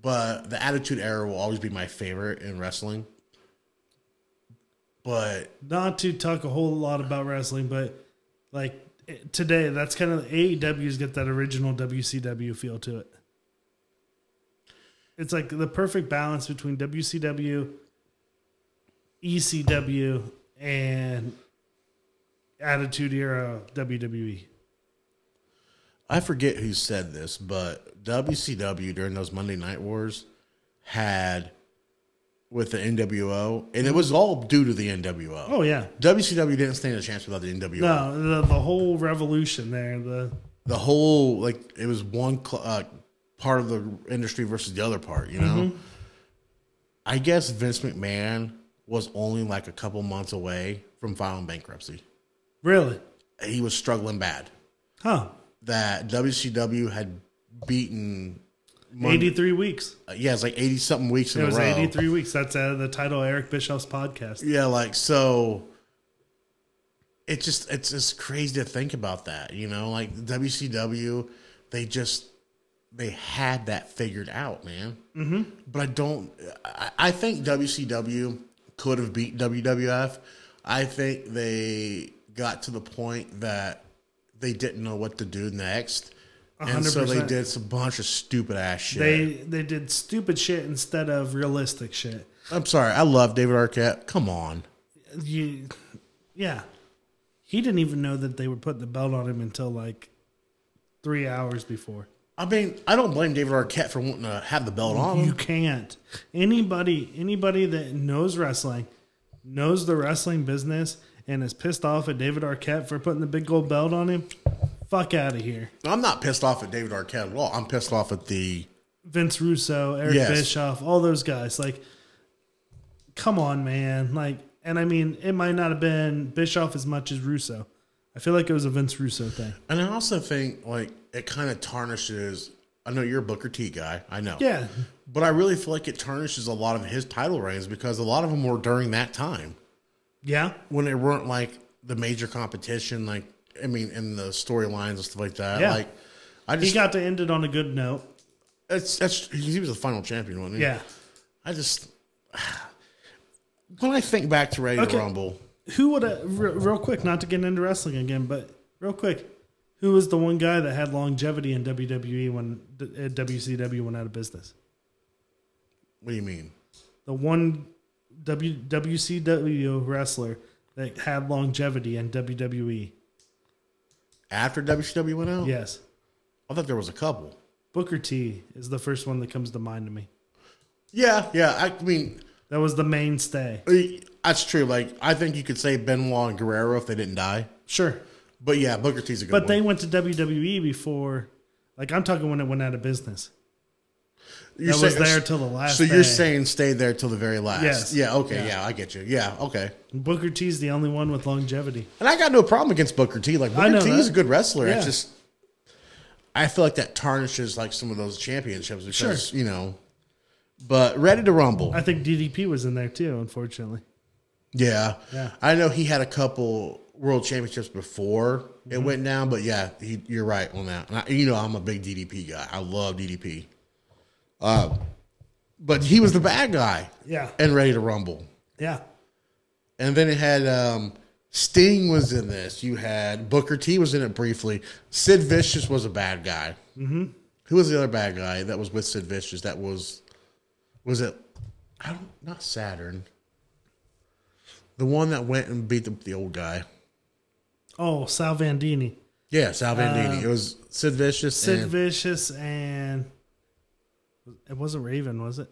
But the Attitude Era will always be my favorite in wrestling. But
Not to talk a whole lot about wrestling, but like it- today, that's kind of AEW's got that original WCW feel to it. It's like the perfect balance between WCW, ECW, E and Attitude Era E. WWE.
I forget who said this, but WCW during those Monday Night Wars had with the NWO, and it was all due to the NWO.
Oh, yeah.
WCW didn't stand a chance without the NWO.
No, the, the whole revolution there. The
The whole like it was one cl- uh, part of the industry versus the other part. You know,
Mm-hmm.
I guess Vince McMahon was only like a couple months away from filing bankruptcy.
really,
He was struggling bad.
huh?
That WCW had beaten. Mon-
Eighty-three weeks.
Uh, yeah, it's like eighty something weeks in
It
a
was
row.
eighty-three weeks. That's uh, the title of Eric Bischoff's podcast.
Yeah, like so. It's just it's just crazy to think about that, you know. Like WCW, they just they had that figured out, man. Mm-hmm. But I don't. I, I think WCW could have beat WWF. I think they got to the point that they didn't know what to do next, and so they
100%.
did some bunch of stupid ass shit.
They they did stupid shit instead of realistic shit.
I'm sorry, I love David Arquette. Come on.
You, yeah, he didn't even know that they were putting the belt on him until like three hours before.
I mean, I don't blame David Arquette for wanting to have the belt on.
You
him.
can't. Anybody anybody that knows wrestling, knows the wrestling business, and is pissed off at David Arquette for putting the big gold belt on him, fuck out of here.
I'm not pissed off at David Arquette at all. I'm pissed off at the
Vince Russo, Eric
Yes.
Bischoff, all those guys. Like, come on, man. Like, and I mean, it might not have been Bischoff as much as Russo. I feel like it was a Vince Russo thing.
And I also think like it kind of tarnishes. I know you're a Booker T guy. I know.
Yeah.
But I really feel like it tarnishes a lot of his title reigns because a lot of them were during that time
Yeah.
when they weren't like the major competition. Like I mean, in the storylines and stuff like that.
Yeah.
Like I
He
just
got to end it on a good note.
that's that's he was the final champion, wasn't he?
Yeah.
I just when I think back to Ready
Okay.
to Rumble,
Who would have, real, real quick, not to get into wrestling again, but real quick, who was the one guy that had longevity in WWE when uh, WCW went out of business?
what do you mean?
the one w, WCW wrestler that had longevity in E. WWE.
After WCW went out,
Yes.
I thought there was a couple.
Booker T is the first one that comes to mind to me.
Yeah, yeah. I mean,
That was the mainstay.
Eh, That's true. Like I think you could say Benoit and Guerrero if they didn't die.
Sure.
But yeah, Booker T's a good
But
one.
they went to WWE before, like I'm talking when it went out of business.
You're
that was there till the last
So you're
day.
saying stay there till the very last.
Yes.
Yeah. Okay.
Yeah.
Yeah. I get you. Yeah. Okay.
Booker T's the only one with longevity.
And I got no problem against Booker T. Like
I
Booker T
know
is
that.
a good wrestler.
Yeah.
It's just I feel like that tarnishes like some of those championships because you know. But ready to rumble.
I think DDP was in there too, unfortunately.
yeah.
Yeah.
I know he had a couple world championships before it went down, but yeah, he, you're right on that. And I, you know, I'm a big DDP guy. I love DDP. Uh, but he was the bad guy
Yeah.
and ready to rumble.
Yeah.
And then it had um, Sting was in this. You had Booker T was in it briefly. Sid Vicious was a bad guy. Mm-hmm. Who was the other bad guy that was with Sid Vicious? That was was it? I don't not Saturn. The one that went and beat the, the old guy.
Oh, Sal Vandini.
Yeah, Sal Vandini. it was Sid Vicious.
Uh, Sid
and,
Vicious and it wasn't Raven, was it?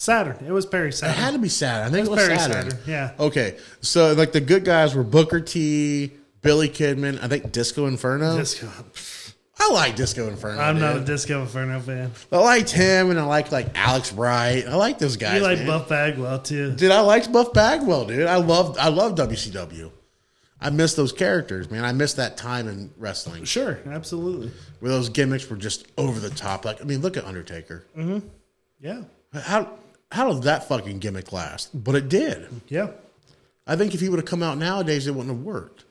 Saturn. It was Perry
it
Saturn.
had to be Saturn. I think it was
Very
Saturn.
Saturn, yeah.
Okay, so like the good guys were Booker T, Billy Kidman. I think Disco Inferno.
Disco.
I like Disco Inferno.
I'm not a
dude.
Disco Inferno fan.
I liked him, and I liked like Alex Wright. I like those guys.
You like
man.
Buff Bagwell too.
Dude, I liked Buff Bagwell, dude. I loved I loved WCW. I miss those characters, man. I miss that time in wrestling
Sure, absolutely.
where those gimmicks were just over the top. Like, I mean, look at Undertaker.
Yeah,
How how did that fucking gimmick last? But it did.
yeah.
I think if he would have come out nowadays, it wouldn't have worked.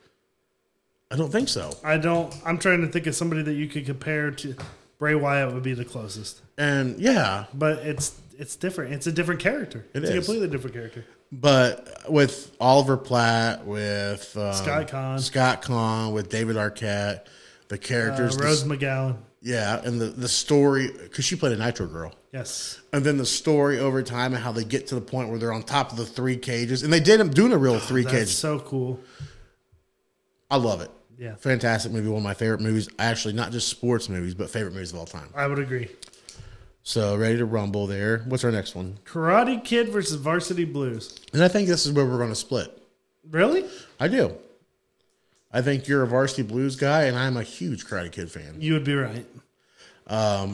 I don't think so.
I don't. I'm trying to think of somebody that you could compare to. Bray Wyatt would be the closest,
And yeah,
but it's it's different. It's a different character.
It
it's a
is.
completely different character.
But with Oliver Platt, with um,
Scott Conn.
Scott Conn, with David Arquette, the
Uh,
characters, the-
Rose McGowan.
yeah, and the the story because she played a Nitro Girl,
Yes.
and then the story over time and how they get to the point where they're on top of the three cages, and they did them doing a real three
Oh, That's
cages.
so cool.
I love it.
Yeah.
Fantastic movie, one of my favorite movies. Actually, not just sports movies, but favorite movies of all time.
I would agree.
So ready to rumble there. What's our next one?
Karate Kid versus Varsity Blues.
And I think this is where we're going to split.
Really?
I do. I think you're a Varsity Blues guy, and I'm a huge Karate Kid fan.
You would be right.
I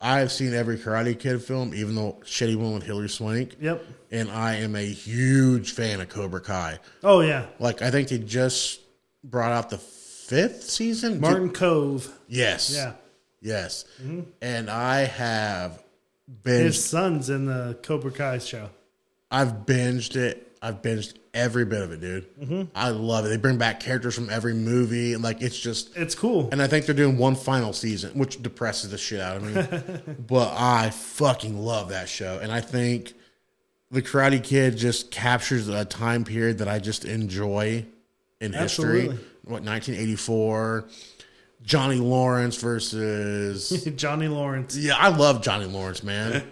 have seen every Karate Kid film, even the shitty one with Hilary Swank,
Yep.
and I am a huge fan of Cobra Kai.
Oh yeah,
Like, I think they just brought out the fifth season.
Martin Cove.
Yes.
Yeah. Mm-hmm.
Yes. And I have binged.
His son's in the Cobra Kai show.
I've binged it. I've binged every bit of it, dude.
Mm-hmm.
I love it. They bring back characters from every movie, and like it's just
It's cool.
And I think they're doing one final season, which depresses the shit out of me. but I fucking love that show. And I think The Karate Kid just captures a time period that I just enjoy in history.
Absolutely.
What, 1984? Johnny Lawrence versus.
Johnny Lawrence.
yeah, I love Johnny Lawrence, man.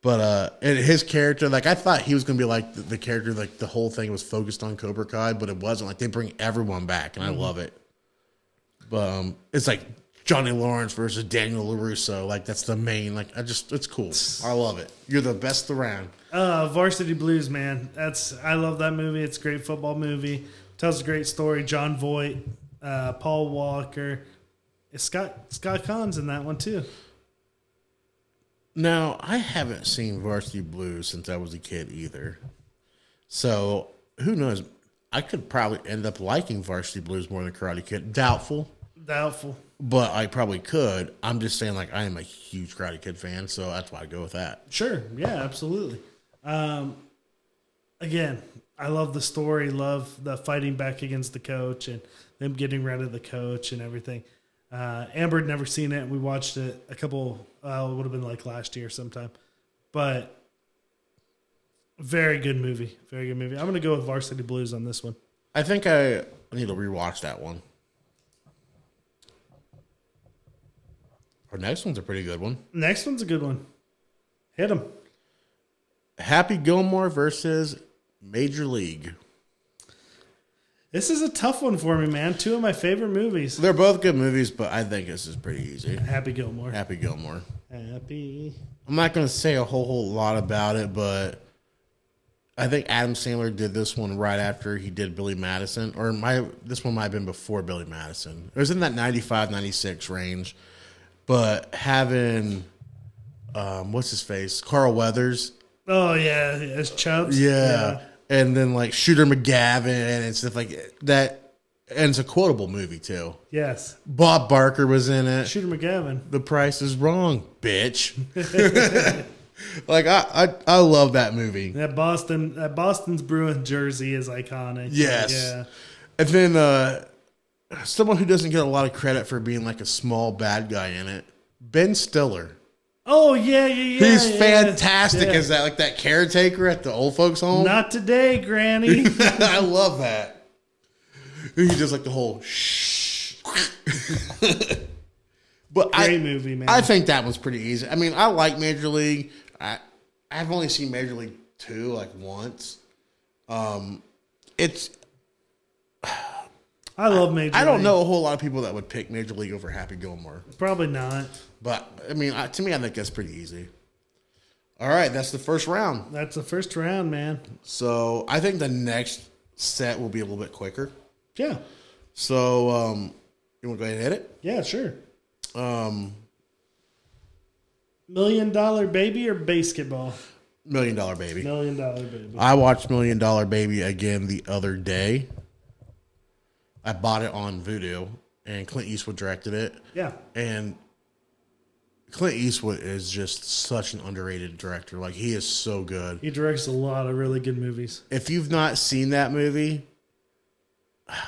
But uh, and his character, like I thought he was gonna be like the, the character, like the whole thing was focused on Cobra Kai, but it wasn't. Like they bring everyone back, and I love it. But um, it's like Johnny Lawrence versus Daniel Larusso. Like that's the main. Like I just, it's cool. I love it. You're the best around.
Uh, Varsity Blues, man. That's I love that movie. It's a great football movie. Tells a great story. John Voight. uh, Paul Walker. It's Scott Scott Kahn's in that one too.
Now, I haven't seen Varsity Blues since I was a kid either. So, who knows? I could probably end up liking Varsity Blues more than Karate Kid. Doubtful,
Doubtful.
but I probably could. I'm just saying, like, I am a huge Karate Kid fan, so that's why I go with that.
Sure. Yeah, absolutely. Um, again, I love the story, love the fighting back against the coach and them getting rid of the coach and everything. Uh, Amber had never seen it. We watched it a couple, uh, it would have been like last year sometime. But very good movie. Very good movie. I'm going to go with Varsity Blues on this one.
I think I I need to rewatch that one. Our next one's a pretty good one.
Next one's a good one. Hit him.
Happy Gilmore versus Major League.
This is a tough one for me, man. Two of my favorite movies.
They're both good movies, but I think this is pretty easy.
Happy Gilmore.
Happy Gilmore.
Happy.
I'm not going to say a whole, whole lot about it, but I think Adam Sandler did this one right after he did Billy Madison, or my this one might have been before Billy Madison. It was in that 95, 96 range. But having, um, what's his face? Carl Weathers.
Oh yeah, as Chubbs.
Yeah. And then like Shooter McGavin and stuff like that. And it's a quotable movie too.
Yes.
Bob Barker was in it.
Shooter McGavin.
the price is wrong, bitch. like I, I, I love that movie.
That Boston, that Boston's Bruins jersey is iconic.
Yes.
Yeah.
And then uh, someone who doesn't get a lot of credit for being like a small bad guy in it, Ben Stiller.
Oh yeah, yeah, yeah.
He's
yeah.
fantastic
Yeah.
as that like that caretaker at the old folks home.
Not today, Granny.
I love that. He does like the whole shh. but I,
Great movie, man.
I think that one's pretty easy. I mean, I like Major League. I I've only seen Major League two like once. Um, it's
I love Major.
I don't
League.
know a whole lot of people that would pick Major League over Happy Gilmore,
Probably not.
but I mean, I, to me, I think that's pretty easy. All right, that's the first round.
That's the first round, man.
So I think the next set will be a little bit quicker.
Yeah.
So um, you want to go ahead and hit it?
Yeah. Sure.
Um,
Million dollar baby or basketball?
million Dollar Baby.
Million dollar baby.
I watched Million Dollar Baby again the other day. I bought it on Vudu, and Clint Eastwood directed it.
Yeah.
And Clint Eastwood is just such an underrated director. Like he is so good.
He directs a lot of really good movies.
If you've not seen that movie,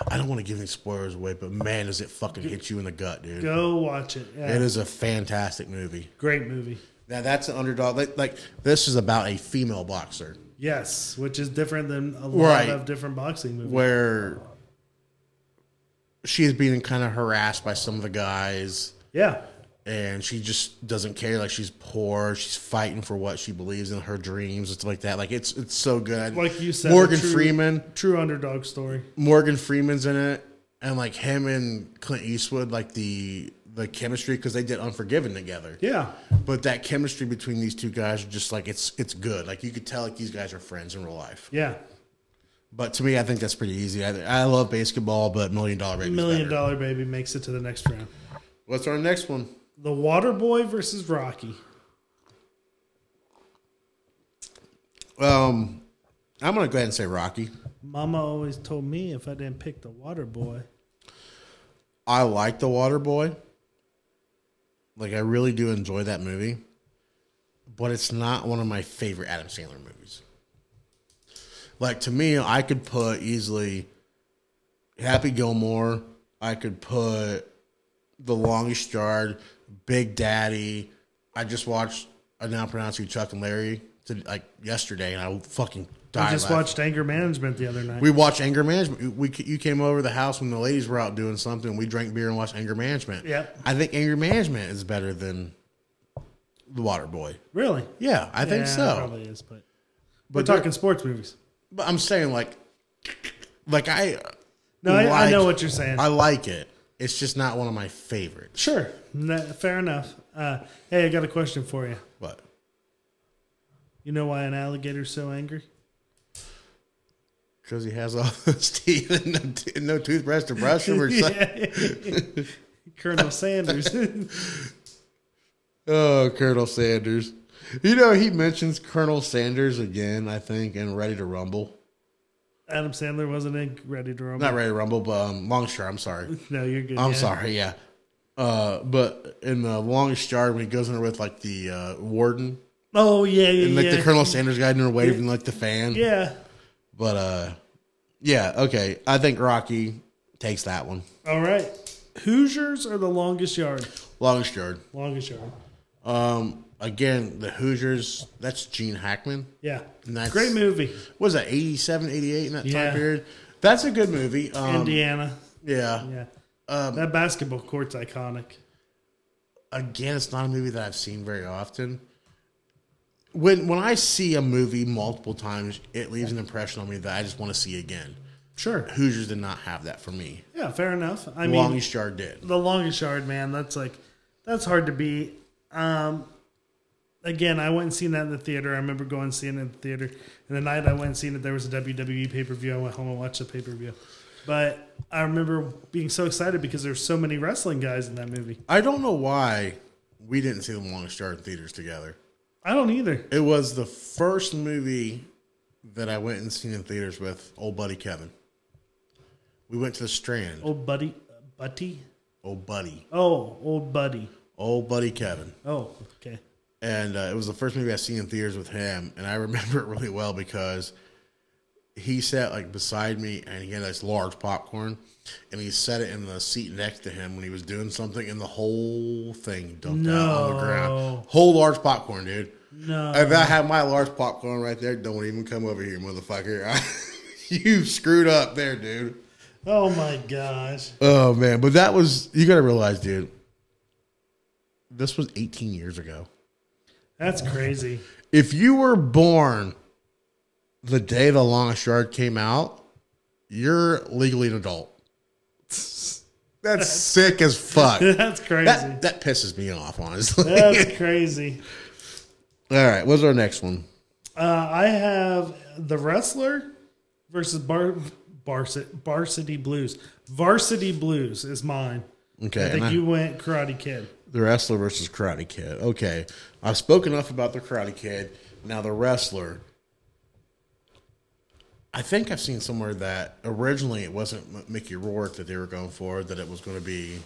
I don't want to give any spoilers away, but man, does it fucking hit you in the gut, dude!
Go watch it. Yeah.
It is a fantastic movie.
Great movie.
Now that's an underdog. Like, like this is about a female boxer.
Yes, which is different than a lot
Right.
of different boxing movies.
where she is being kind of harassed by some of the guys
Yeah.
and she just doesn't care like she's poor she's fighting for what she believes in her dreams and stuff like that like it's it's so good
Like you said,
morgan
a true-
freeman
True underdog story.
morgan freeman's in it and like him and clint eastwood like the the chemistry because they did unforgiven together
Yeah.
but that chemistry between these two guys are just like it's it's good like you could tell like these guys are friends in real life
Yeah.
but to me i think that's pretty easy i, I love basketball but million dollar baby
Million Dollar Baby makes it to the next round.
What's our next one?
The Water Boy versus Rocky.
Um, I'm gonna go ahead and say Rocky.
Mama always told me if I didn't pick the Water Boy.
I like The Water Boy. Like I really do enjoy that movie, but it's not one of my favorite Adam Sandler movies. Like to me, I could put easily Happy Gilmore. I could put The Longest Yard, Big Daddy. I just watched. I now pronounce you Chuck and Larry to, like yesterday, and I fucking died.
I just
laughing.
watched Anger Management the other night.
We watched Anger Management. We you came over to the house when the ladies were out doing something. We drank beer and watched Anger Management.
Yep.
I think Anger Management is better than The Water Boy.
really?
Yeah, I think
Yeah,
so.
Probably is, but,
But
we're
there-
talking sports movies.
But I'm saying like, like I.
No, I, I know
like-
what you're saying.
I like it. It's just not one of my favorites.
sure. No, fair enough. Uh, hey, I got a question for you.
But
You know why an alligator's so angry?
because he has all those teeth and no, t- no toothbrush to brush them or something.
Colonel Sanders.
Oh, Colonel Sanders. You know, he mentions Colonel Sanders again, I think, in Ready to Rumble.
Adam Sandler wasn't in Ready to Rumble.
Not Ready to Rumble, but um, Longshore. I'm sorry.
no, you're good.
I'm
yeah.
sorry, yeah. Uh, but in the longest yard, when he goes in there with like the uh, warden
Oh yeah, yeah,
and like
yeah.
the Colonel Sanders guy in there waving like the fan.
yeah.
But uh, yeah, okay. I think Rocky takes that one.
All right. Hoosiers are the longest yard.
Longest yard.
Longest yard.
Um, again, the Hoosiers. That's Gene Hackman.
Yeah.
And that's-
Great movie.
What was that 87, 88 in that
Yeah.
time period? That's a good movie. Um,
Indiana.
yeah.
Yeah.
Um,
that basketball court's iconic.
Again, it's not a movie that I've seen very often. When when I see a movie multiple times, it leaves an impression on me that I just want to see again.
Sure.
Hoosiers did not have that for me.
Yeah, fair enough. I mean,
Longest Yard did.
the longest yard, man. That's like that's hard to beat. Um, again, I went and seen that in the theater. I remember going and seeing it in the theater, and the night I went and seen it, there was a WWE pay per view. I went home and watched the pay per view, but I remember being so excited because there's so many wrestling guys in that movie.
I don't know why we didn't see the Longest Yard in theaters together.
I don't either.
It was the first movie that I went and seen in theaters with old buddy Kevin. We went to the Strand.
Old buddy, buddy.
Old buddy,
Oh, old buddy.
old buddy Kevin.
Oh, okay.
and uh, it was the first movie I seen in theaters with him, and I remember it really well because he sat like beside me, and he had this large popcorn, and he set it in the seat next to him when he was doing something, and the whole thing dumped out on the
No.
ground, whole large popcorn, dude.
No.
If I had my large popcorn right there, don't even come over here, motherfucker. you screwed up there, dude.
Oh my gosh.
Oh man, but that was you gotta realize, dude. This was 18 years ago.
That's crazy.
if you were born the day the longest yard came out, you're legally an adult. That's sick as fuck.
That's crazy.
That that pisses me off, honestly.
That's crazy.
All right, what's our next one?
Uh, I have the wrestler versus bar, varsity, varsity blues. Varsity blues is mine.
Okay,
I
and
think
I-
you went Karate Kid.
the wrestler versus Karate Kid. Okay, I've spoken enough about the Karate Kid. Now the wrestler. I think I've seen somewhere that originally it wasn't M- Mickey Rourke that they were going for; that it was going to be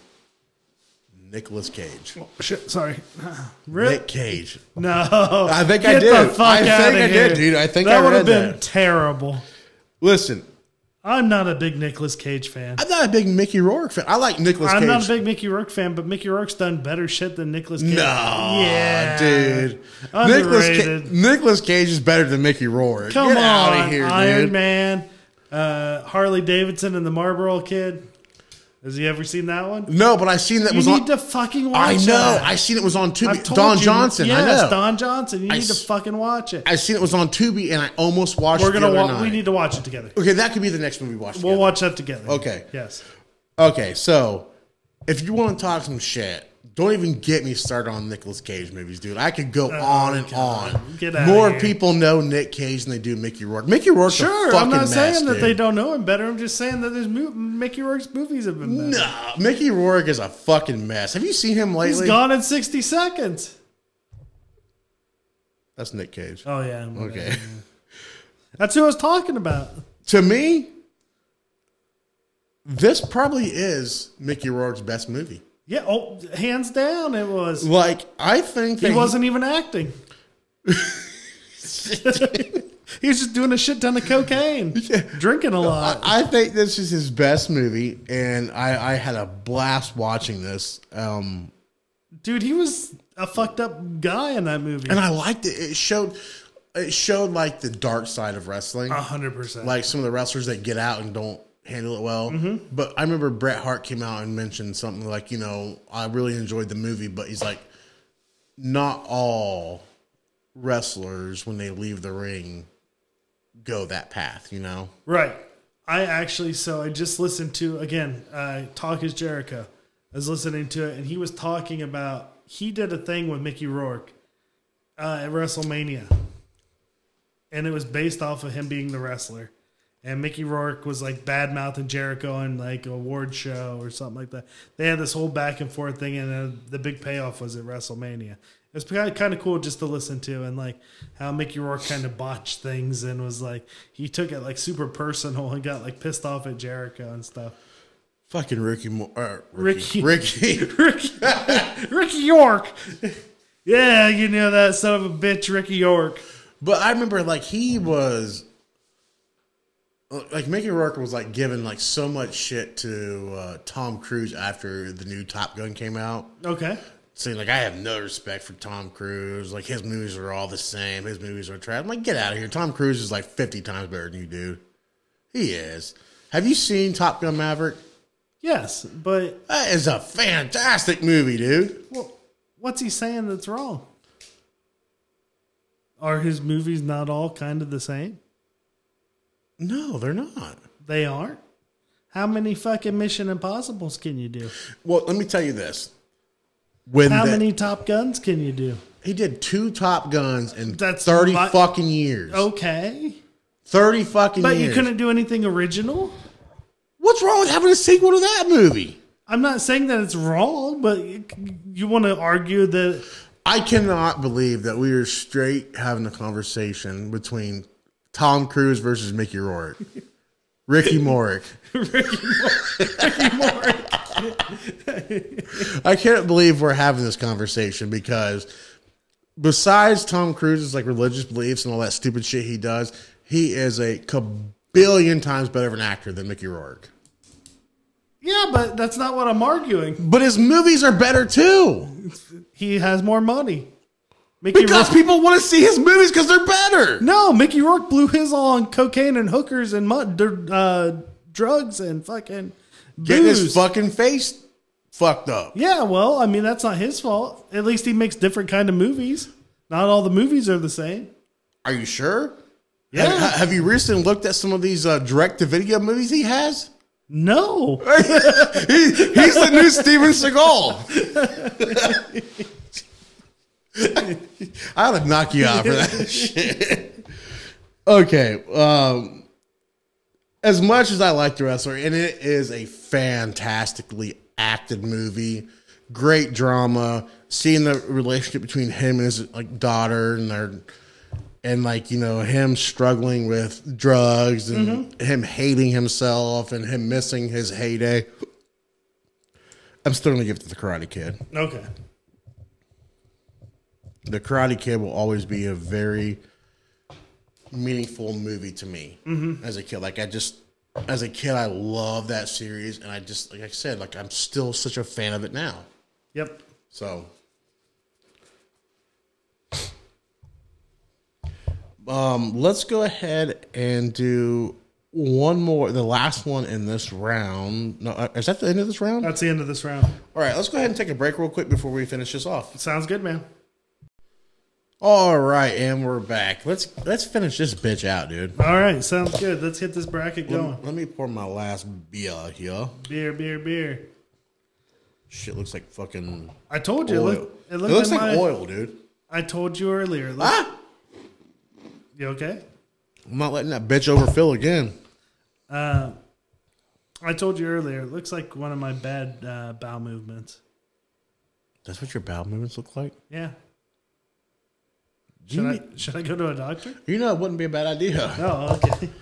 Nicolas Cage.
Shit, sorry. Really?
Nick Cage.
No.
I think I
Get
did.
The fuck
I
outta
think I
here.
did, dude. I think
that
I
would have
read
been
that.
terrible.
Listen,
I'm not a big Nicolas Cage fan.
I'm not a big Mickey Rourke fan. I like Nicolas Cage.
I'm not a big Mickey Rourke fan, but Mickey Rourke's done better shit than Nicolas Cage.
no,
yeah,
dude. Nicholas Ca-
Underrated.
Nicolas Cage is better than Mickey Rourke.
Come
Get
on,
out of here,
Iron
dude.
Man, uh, Harley Davidson, and the Marlboro Kid. Has he ever seen that one?
No, but I seen that
You
was
need
on.
to fucking watch.
I know.
That.
I seen it was on
I've
Tubi.
told
Don
you,
Johnson.
Yes,
I know.
Don Johnson. You need to
s-
fucking watch it.
I seen it was on Tubi, and I almost watched.
We're gonna.
The other
Wa- we
night.
need to watch it together.
Okay, that could be the next movie we watch.
We'll
together.
watch that together.
Okay.
Yes.
Okay, so if you want to talk some shit, don't even get me started on Nicolas Cage movies, dude. I could go on and
Oh, God.
on.
Get outta
More
here.
people know Nick Cage than they do Mickey Rourke. Mickey Rourke's sure, a
Sure.
fucking
I'm not saying
mess,
that
dude.
they don't know him better. I'm just saying that there's mo- Mickey Rourke's movies have been better.
Nah, Mickey Rourke is a fucking mess. Have you seen him lately?
He's gone in 60 seconds.
That's Nick Cage.
Oh yeah.
Okay.
That's who I was talking about.
to me, this probably is Mickey Rourke's best movie.
Yeah. Oh, hands down, it was.
Like, I think that
He wasn't even acting. he was just doing a shit ton of cocaine, drinking a lot.
I think this is his best movie, and I, I had a blast watching this. Um,
Dude, he was a fucked up guy in that movie.
and I liked it. It showed it showed like the dark side of wrestling,
A hundred percent.
like some of the wrestlers that get out and don't handle it well. But I remember Bret Hart came out and mentioned something like, you know, I really enjoyed the movie, but he's like, not all wrestlers when they leave the ring go that path, you know.
Right. I actually, so I just listened to, again, uh, Talk is Jericho. I was listening to it, and he was talking about, he did a thing with Mickey Rourke uh, at WrestleMania. And it was based off of him being the wrestler. and Mickey Rourke was like bad mouthing Jericho in like a award show or something like that. They had this whole back and forth thing, and uh, the big payoff was at WrestleMania. It was kind of cool just to listen to and like how Mickey Rourke kind of botched things and was like he took it like super personal and got like pissed off at Jericho and stuff.
Fucking Ricky, Mo- uh,
Ricky.
Ricky, Ricky,
Ricky, Ricky York, yeah, you know that son of a bitch, Ricky York.
But I remember like he was like Mickey Rourke was like giving like so much shit to uh, Tom Cruise after the new Top Gun came out,
Okay,
saying like I have no respect for Tom Cruise. Like his movies are all the same. His movies are trash. I'm like get out of here. Tom Cruise is like 50 times better than you, dude. He is. Have you seen Top Gun Maverick?
yes, but
That is a fantastic movie, dude.
Well, what's he saying that's wrong? Are his movies not all kind of the same?
No, they're not.
They aren't. How many fucking Mission Impossibles can you do?
Well, let me tell you this. When
How
the-
many Top Guns can you do?
He did two Top Guns in
That's
thirty
my-
fucking years.
Okay.
Thirty fucking
But
years.
you couldn't do anything original?
What's wrong with having a sequel to that movie?
I'm not saying that it's wrong, but you- you want to argue that
I cannot believe that we are straight having a conversation between Tom Cruise versus Mickey Rourke, Ricky Morick. I can't believe we're having this conversation because besides Tom Cruise's like religious beliefs and all that stupid shit he does, he is a kabillion times better of an actor than Mickey Rourke.
yeah, but that's not what I'm arguing.
But his movies are better too
He has more money. Mickey
because
Rourke-
people want to see his movies because they're better.
No, Mickey Rourke blew his all on cocaine and hookers and mud, dr- uh, drugs and fucking
Getting
booze.
his fucking face fucked up.
yeah, well, I mean that's not his fault. At least he makes different kind of movies. Not all the movies are the same.
Are you sure?
Yeah.
Have, ha- have you recently looked at some of these uh, direct-to-video movies he has?
No,
He, he's the new Steven Seagal. I ought to knock you out for that shit. Okay. Um, as much as I like The Wrestler, and it is a fantastically acted movie, great drama, seeing the relationship between him and his like daughter and their and like you know him struggling with drugs and him hating himself and him missing his heyday. I'm still gonna give it to the Karate Kid.
okay.
The Karate Kid will always be a very meaningful movie to me as a kid. Like I just, as a kid, I love that series, and I just, like I said, like I'm still such a fan of it now.
Yep.
So, um, let's go ahead and do one more, the last one in this round. No, uh, is that the end of this round?
That's the end of this round.
All right, let's go ahead and take a break real quick before we finish this off.
Sounds good, man.
All right, and we're back. Let's let's finish this bitch out, dude.
All right, sounds good. Let's get this bracket going.
Let me pour my last beer here.
Beer, beer, beer.
Shit looks like fucking
I told you.
oil.
It, look, it,
it
looked
looks
like
like
my-
oil, dude.
I told you earlier. It looked-
Ah,
You okay?
I'm not letting that bitch overfill again.
Uh, I told you earlier. It looks like one of my bad uh, bowel movements.
That's what your bowel movements look like.
Yeah.
Do
Should
you
I
need-
should I go to a doctor?
You know, it wouldn't be a bad idea.
Oh, okay.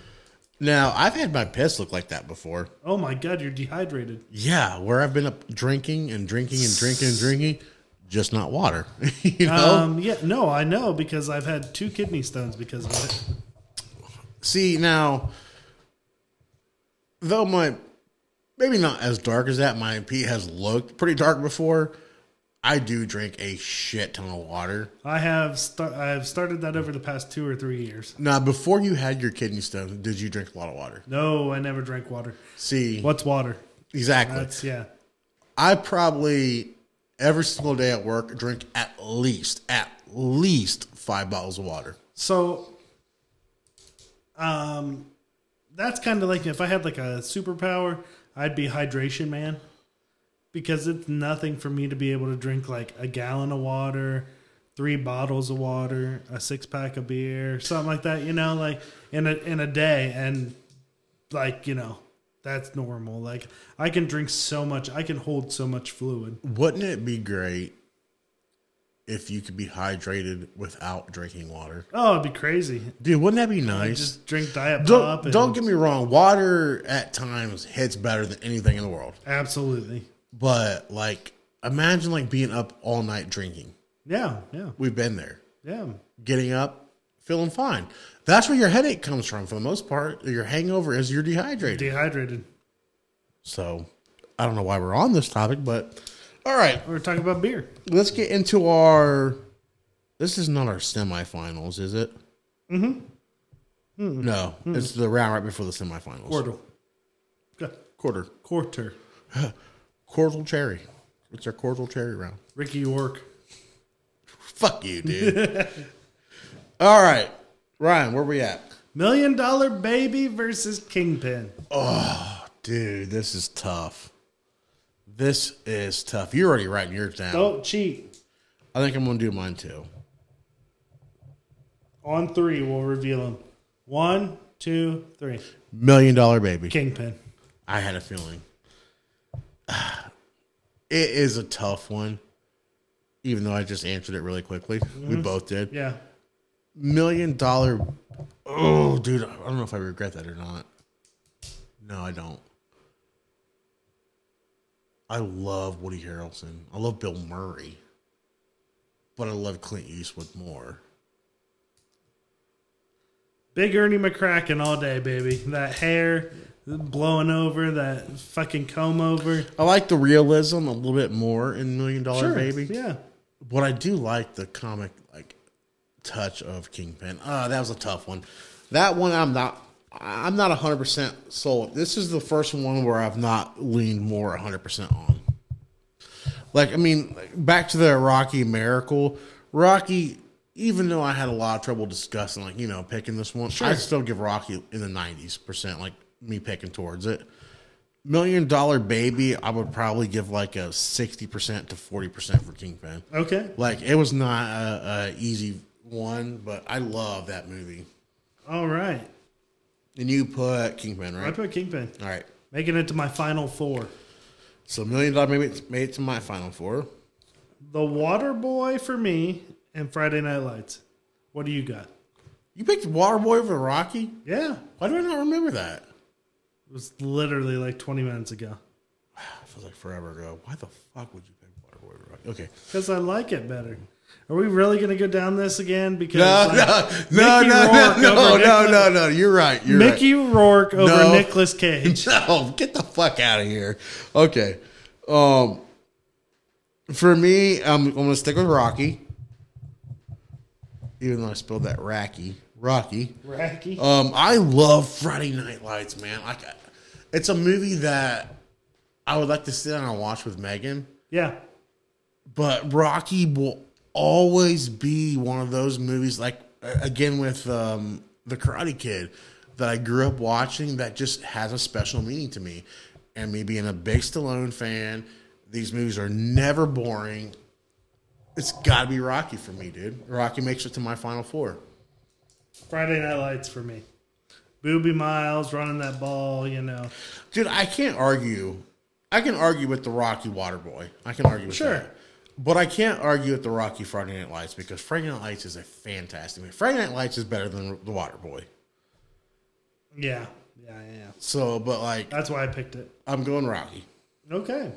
Now, I've had my piss look like that before.
Oh my God, you're dehydrated.
Yeah, where I've been up drinking and drinking and drinking and drinking, just not water. you know,
Um, yeah, no, I know because I've had two kidney stones because of it.
see now, though my maybe not as dark as that, my pee has looked pretty dark before. I do drink a shit ton of water.
I have sta- I've started that over the past two or three years.
Now, before you had your kidney stones, did you drink a lot of water?
No, I never drank water.
See,
What's water?
exactly.
That's yeah.
I probably every single day at work drink at least at least five bottles of water.
So, um, that's kind of like if I had like a superpower, I'd be hydration man, because it's nothing for me to be able to drink like a gallon of water, three bottles of water, a six pack of beer, something like that. You know, like in a in a day, and like you know that's normal. Like I can drink so much, I can hold so much fluid.
Wouldn't it be great if you could be hydrated without drinking water?
Oh, it'd be crazy.
Dude, wouldn't that be
I
nice?
just drink diet pop.
don't,
And,
don't get me wrong, water at times hits better than anything in the world.
absolutely.
But like imagine like being up all night drinking.
Yeah, yeah,
We've been there.
yeah.
Getting up, feeling fine. That's where your headache comes from for the most part. Your hangover is you're dehydrated.
Dehydrated.
So I don't know why we're on this topic, but all right.
We're talking about beer.
Let's get into our this is not our semifinals, is it? Mm-hmm. No. It's the round right before the semifinals.
Quarter. Qu-
Quarter.
Quarter.
Cordial cherry. It's our cordial cherry round.
Ricky York.
Fuck you, dude. All right, Ryan, where we at?
Million Dollar Baby versus Kingpin.
Dude, this is tough. This is tough. You're already writing yours down.
Don't cheat.
I think I'm gonna do mine too.
On three, we'll reveal them. One, two, three.
Million dollar baby.
Kingpin.
I had a feeling. It is a tough one. Even though I just answered it really quickly, we both did.
Yeah.
Million dollar. Oh, dude, I don't know if I regret that or not. No, I don't. I love Woody Harrelson. I love Bill Murray. But I love Clint Eastwood more.
Big Ernie McCracken all day, baby. That hair blowing over, that fucking comb over.
I like the realism a little bit more in Million Dollar Baby.
Yeah.
But I do like the comic like touch of Kingpin. Ah, that was a tough one. That one I'm not I'm not 100% sold. This is the first one where I've not leaned more 100% on. Like I mean, like, back to the Rocky miracle. Rocky even though I had a lot of trouble discussing like, you know, picking this one, I'd still give Rocky in the 90s percent like me picking towards it. Million Dollar Baby, I would probably give like a 60% to 40% for Kingpin.
Okay.
Like it was not a, a easy one, but I love that movie.
All right.
And you put Kingpin,
I
right?
put Kingpin.
All right.
Making it to my final four.
So Million Dollar Baby made it to my final four.
The Water Boy for me and Friday Night Lights. What do you got?
You picked Waterboy over Rocky.
Yeah.
Why do I not remember that?
It was literally like 20 minutes ago.
That feels like forever ago. Why the fuck would you pick Waterboy over Rocky? Okay.
Because I like it better. Are we really going to go down this again? Because
No, no,
like,
no, no,
Mickey
no,
Rourke
no, no,
over Nicolas-
no, no. You're right. You're right.
Mickey Rourke over
No.
Nicolas Cage.
No, get the fuck out of here. Okay. Um for me, I'm, I'm gonna stick with Rocky. Even though I spelled that Racky. Rocky.
Racky.
Um, I love Friday Night Lights, man. Like I- it's a movie that I would like to sit down and watch with Megan,
yeah.
but Rocky will always be one of those movies like uh, again with um The Karate Kid that I grew up watching that just has a special meaning to me. And me being a big Stallone fan, these movies are never boring. It's got to be Rocky for me, dude. Rocky makes it to my final four.
Friday Night Lights for me. Booby Miles running that ball, you know.
Dude, I can't argue. I can argue with the Rocky Waterboy. I can argue with
Sure.
that. But I can't argue with the Rocky Friday Night Lights because Friday Night Lights is a fantastic movie. Friday Night Lights is better than the Waterboy.
Yeah. Yeah, yeah, yeah.
So, but like,
That's why I picked it.
I'm going Rocky.
Okay.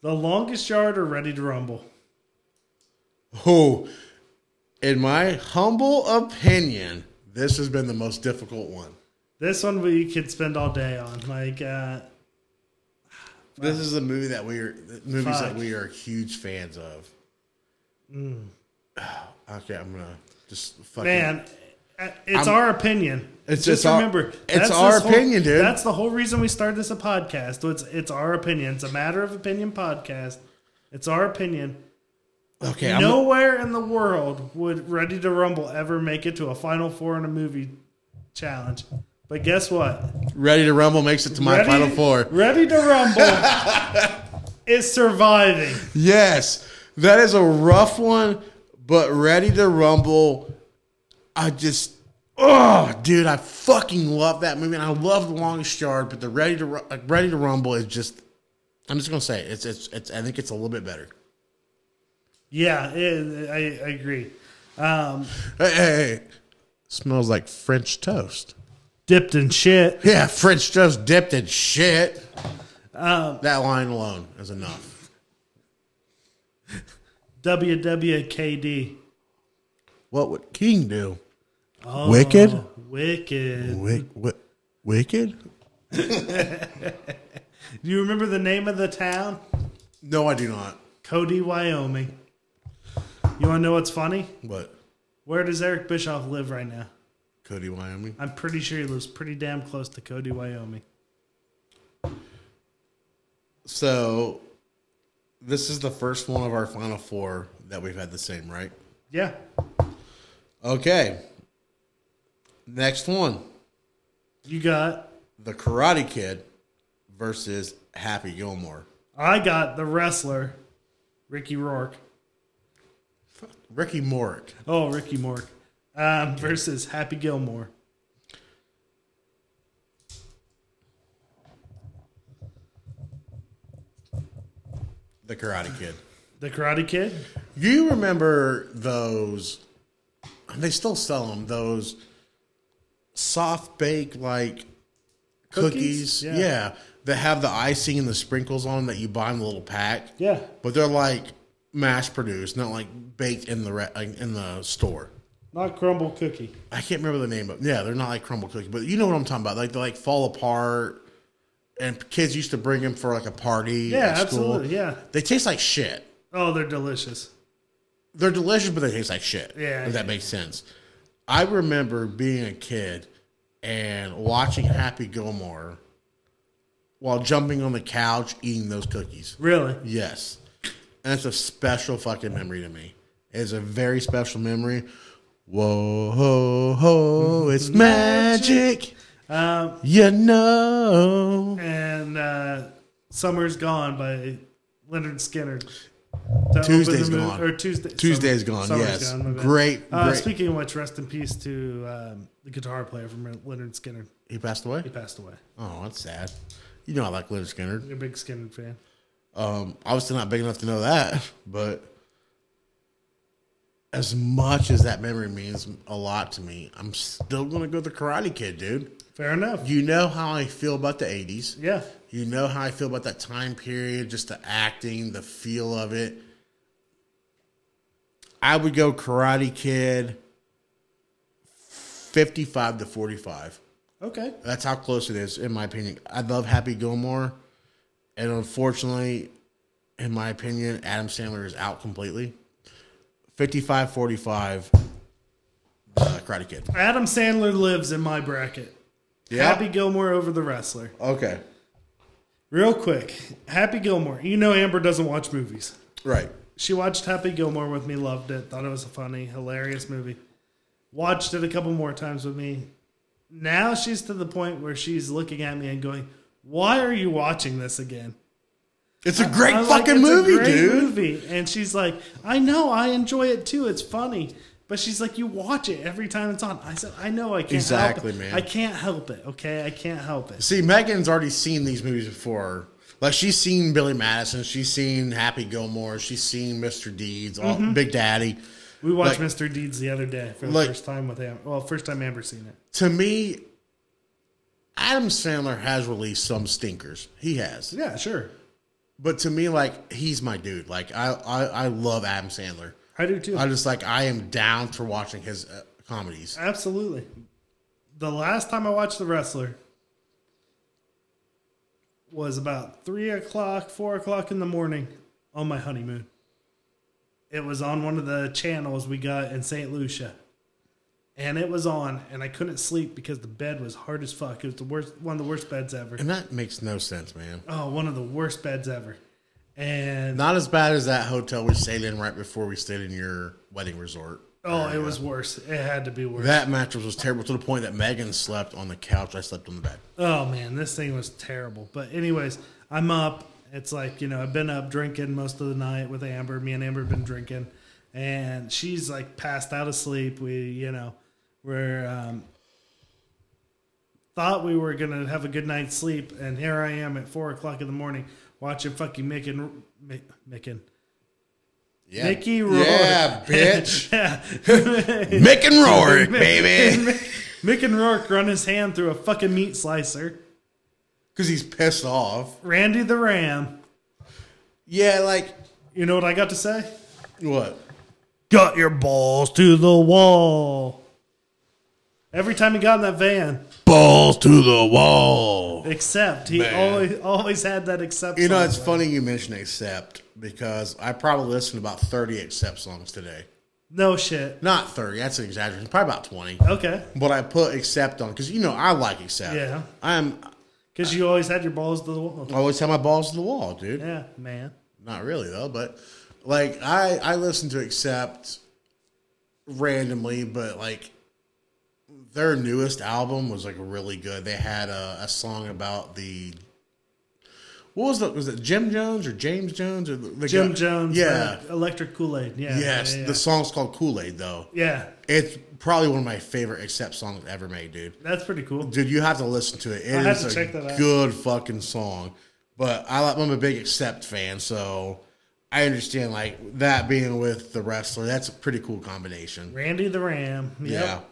The longest yard or ready to rumble?
Who, in my humble opinion, this has been the most difficult one.
This one we could spend all day on. Like, uh,
This is a movie that we are movies that
Fuck.
we are huge fans of. Okay, I'm gonna just fucking
Mm. man, uh, it's
I'm-
our opinion.
It's-
just
it's our-
remember,
it's
that's
our
this whole-
opinion, dude.
That's the whole reason we started this a podcast. It's it's our opinion. It's a matter of opinion podcast. It's our opinion.
Okay, I'm
Nowhere in the world would Ready to Rumble ever make it to a Final Four in a movie challenge. But guess what?
ready to rumble. Makes it to my
Ready-
final four.
Ready to Rumble is surviving.
Yes, that is a rough one, but ready to rumble. I just Oh, dude, I fucking love that movie, and I love The Longest Yard. But the Ready to Ru- like, Ready to Rumble is just. I'm just gonna say it. it's it's it's. I think it's a little bit better.
Yeah, it, I, I agree. Um,
Hey, hey, hey. smells like French toast.
Dipped in shit.
Yeah, French toast dipped in shit. that line alone is enough.
WWKD.
What would King do? Wicked?
Wicked.
Wick, wick, wicked?
Do you remember the name of the town?
No, I do not.
Cody, Wyoming. You want to know what's funny?
What?
Where does Eric Bischoff live right now?
Cody, Wyoming.
I'm pretty sure he lives pretty damn close to Cody, Wyoming.
So, this is the first one of our final four that we've had the same, right?
Yeah.
Okay. Next one
You got,
The Karate Kid versus Happy Gilmore.
I got the wrestler, Ricky Rourke.
Ricky Morrick.
Oh, Ricky Mork. Um, versus Happy Gilmore.
The Karate Kid.
The Karate Kid?
You remember those? and They still sell them. Those soft bake like cookies,
Cookies?
yeah.
Yeah.
that have the icing and the sprinkles on 'em that you buy in the little pack.
Yeah.
but they're like mass produced, not like baked in the re- like, in the store.
Not Crumble Cookie.
I can't remember the name, but yeah, they're not like crumble cookies, but you know what I'm talking about. Like they like fall apart, and kids used to bring them for like a party.
Yeah,
at school.
absolutely. Yeah.
They taste like shit.
Oh, they're delicious.
they're delicious, but they taste like shit.
Yeah,
if that
yeah.
makes sense. I remember being a kid and watching Happy Gilmore while jumping on the couch eating those cookies.
Really?
Yes, and it's a special fucking memory to me. It's a very special memory. Whoa, ho, ho! It's magic.
Um,
You know.
and uh, Summer's Gone by Leonard Skinner.
Tuesday's
Open the moon-
gone.
Or Tuesday.
Tuesday's
Summer-
gone.
Summer's
yes,
Gone, my bad.
great.
Uh,
great.
speaking of which, rest in peace to um, the guitar player from Leonard Skinner.
he passed away.
He passed away.
Oh, that's sad. You know I like Leonard Skinner.
You're a big Skinner fan.
Um, obviously not big enough to know that, but as much as that memory means a lot to me, I'm still gonna go the Karate Kid, dude.
Fair enough.
You know how I feel about the '80s.
yeah.
You know how I feel about that time period, just the acting, the feel of it. I would go Karate Kid, fifty-five to forty-five.
Okay.
That's how close it is, in my opinion. I love Happy Gilmore, and unfortunately, in my opinion, Adam Sandler is out completely. 55 45, the uh, Karate Kid.
Adam Sandler lives in my bracket.
Yeah.
Happy Gilmore over the wrestler.
Okay.
Real quick, Happy Gilmore. You know Amber doesn't watch movies.
Right.
She watched Happy Gilmore with me, loved it, thought it was a funny, hilarious movie. Watched it a couple more times with me. Now she's to the point where she's looking at me and going, "Why are you watching this again?"
It's a great
I'm like,
fucking
"It's a
movie,
great
dude.
Movie, and she's like, "I know, I enjoy it too. It's funny." But she's like, "You watch it every time it's on." I said, "I know, I can't
Exactly,
help it.
man.
I can't help it. Okay, I can't help it."
See, Megan's already seen these movies before. Like, she's seen Billy Madison, she's seen Happy Gilmore, she's seen Mr. Deeds, all,
Mm-hmm.
Big Daddy.
We watched
Like-
Mr. Deeds the other day for the
Like-
first time with Amber. Well, first time Amber seen it.
to me, Adam Sandler has released some stinkers. He has,
Yeah, sure.
but to me, like he's my dude. Like I, I, I love Adam Sandler.
I do too.
I just like I am down for watching his uh, comedies.
Absolutely. The last time I watched The Wrestler was about three o'clock, four o'clock in the morning on my honeymoon. It was on one of the channels we got in St. Lucia. And it was on, and I couldn't sleep because the bed was hard as fuck. It was the worst, one of the worst beds ever.
And that makes no sense, man.
Oh, one of the worst beds ever. And
Not as bad as that hotel we stayed in right before we stayed in your wedding resort.
oh, it was worse. It had to be worse.
That mattress was terrible to the point that Megan slept on the couch. I slept on the bed.
Oh man, this thing was terrible. But anyways, I'm up. It's like you know I've been up drinking most of the night with Amber. Me and Amber have been drinking, and she's like passed out asleep. We you know where um, thought we were gonna have a good night's sleep, and here I am at four o'clock in the morning watching fucking Mick and Mick, Mick and
Yeah.
Mickey Rourke.
Yeah, bitch.
yeah,
Mick and Rourke, baby.
Mick and Rourke run his hand through a fucking meat slicer.
Because he's pissed off.
Randy the Ram.
Yeah, like,
You know what I got to say?
what?
Got your balls to the wall. Every time he got in that van,
Balls to the wall.
except he
Man.
always always had that except.
You know,
song.
it's funny you mention accept because I probably listened to about 30 accept songs today.
no shit.
Not 30, that's an exaggeration, probably about 20.
Okay,
But I put accept on because, you know, I like accept.
Yeah.
I'm,
because you always had your balls to the wall.
I always have my balls to the wall, dude.
Yeah, man.
Not really, though, but like I, I listen to accept randomly, but like their newest album was like really good. They had a, a song about the. What was the was it Jim Jones or James Jones or the, the
Jim
guy-
Jones,
Yeah,
uh, Electric Kool Aid. Yeah,
Yes,
yeah, yeah.
the song's called Kool Aid, though.
Yeah,
It's probably one of my favorite accept songs ever made, dude.
that's pretty cool.
Dude, you have to listen to it. It is
have to
a
check that out.
good fucking song. But I, like- I'm a big accept fan, so I understand like that being with the wrestler. That's a pretty cool combination.
Randy the Ram.
Yeah.
Yep.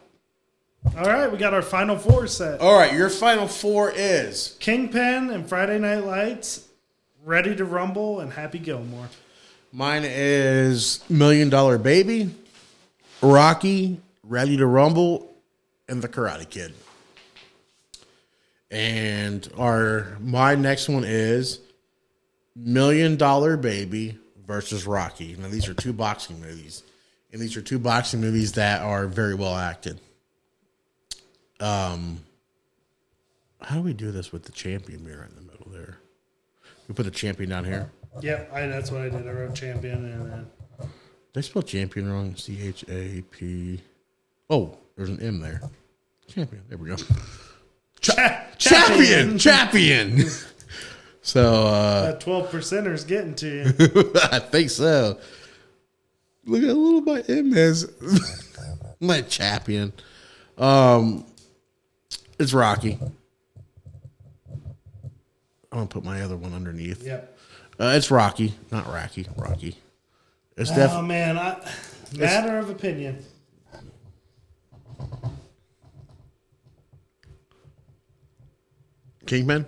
All right, we got our final four set.
All right, your final four is
Kingpin and Friday Night Lights, Ready to Rumble, and Happy Gilmore.
mine is Million Dollar Baby, Rocky, Ready to Rumble, and The Karate Kid. And our my next one is Million Dollar Baby versus Rocky. Now these are two boxing movies, and these are two boxing movies that are very well acted. Um, how do we do this with the champion mirror in the middle there? We put the champion down here.
Yep, I, that's what I did. I wrote champion and then uh,
Did I spell champion wrong? C H A P. Oh, there's an M there. Champion. There we go.
Cha-
Champion. Champion. so uh,
That twelve percenter's getting to you.
I think so. Look at how little my M is. my champion. Um, it's Rocky. I'm gonna put my other one underneath.
yep.
Uh, it's Rocky, not Rocky. Rocky. It's
Oh
definitely.
man, I, matter of opinion.
Kingpin.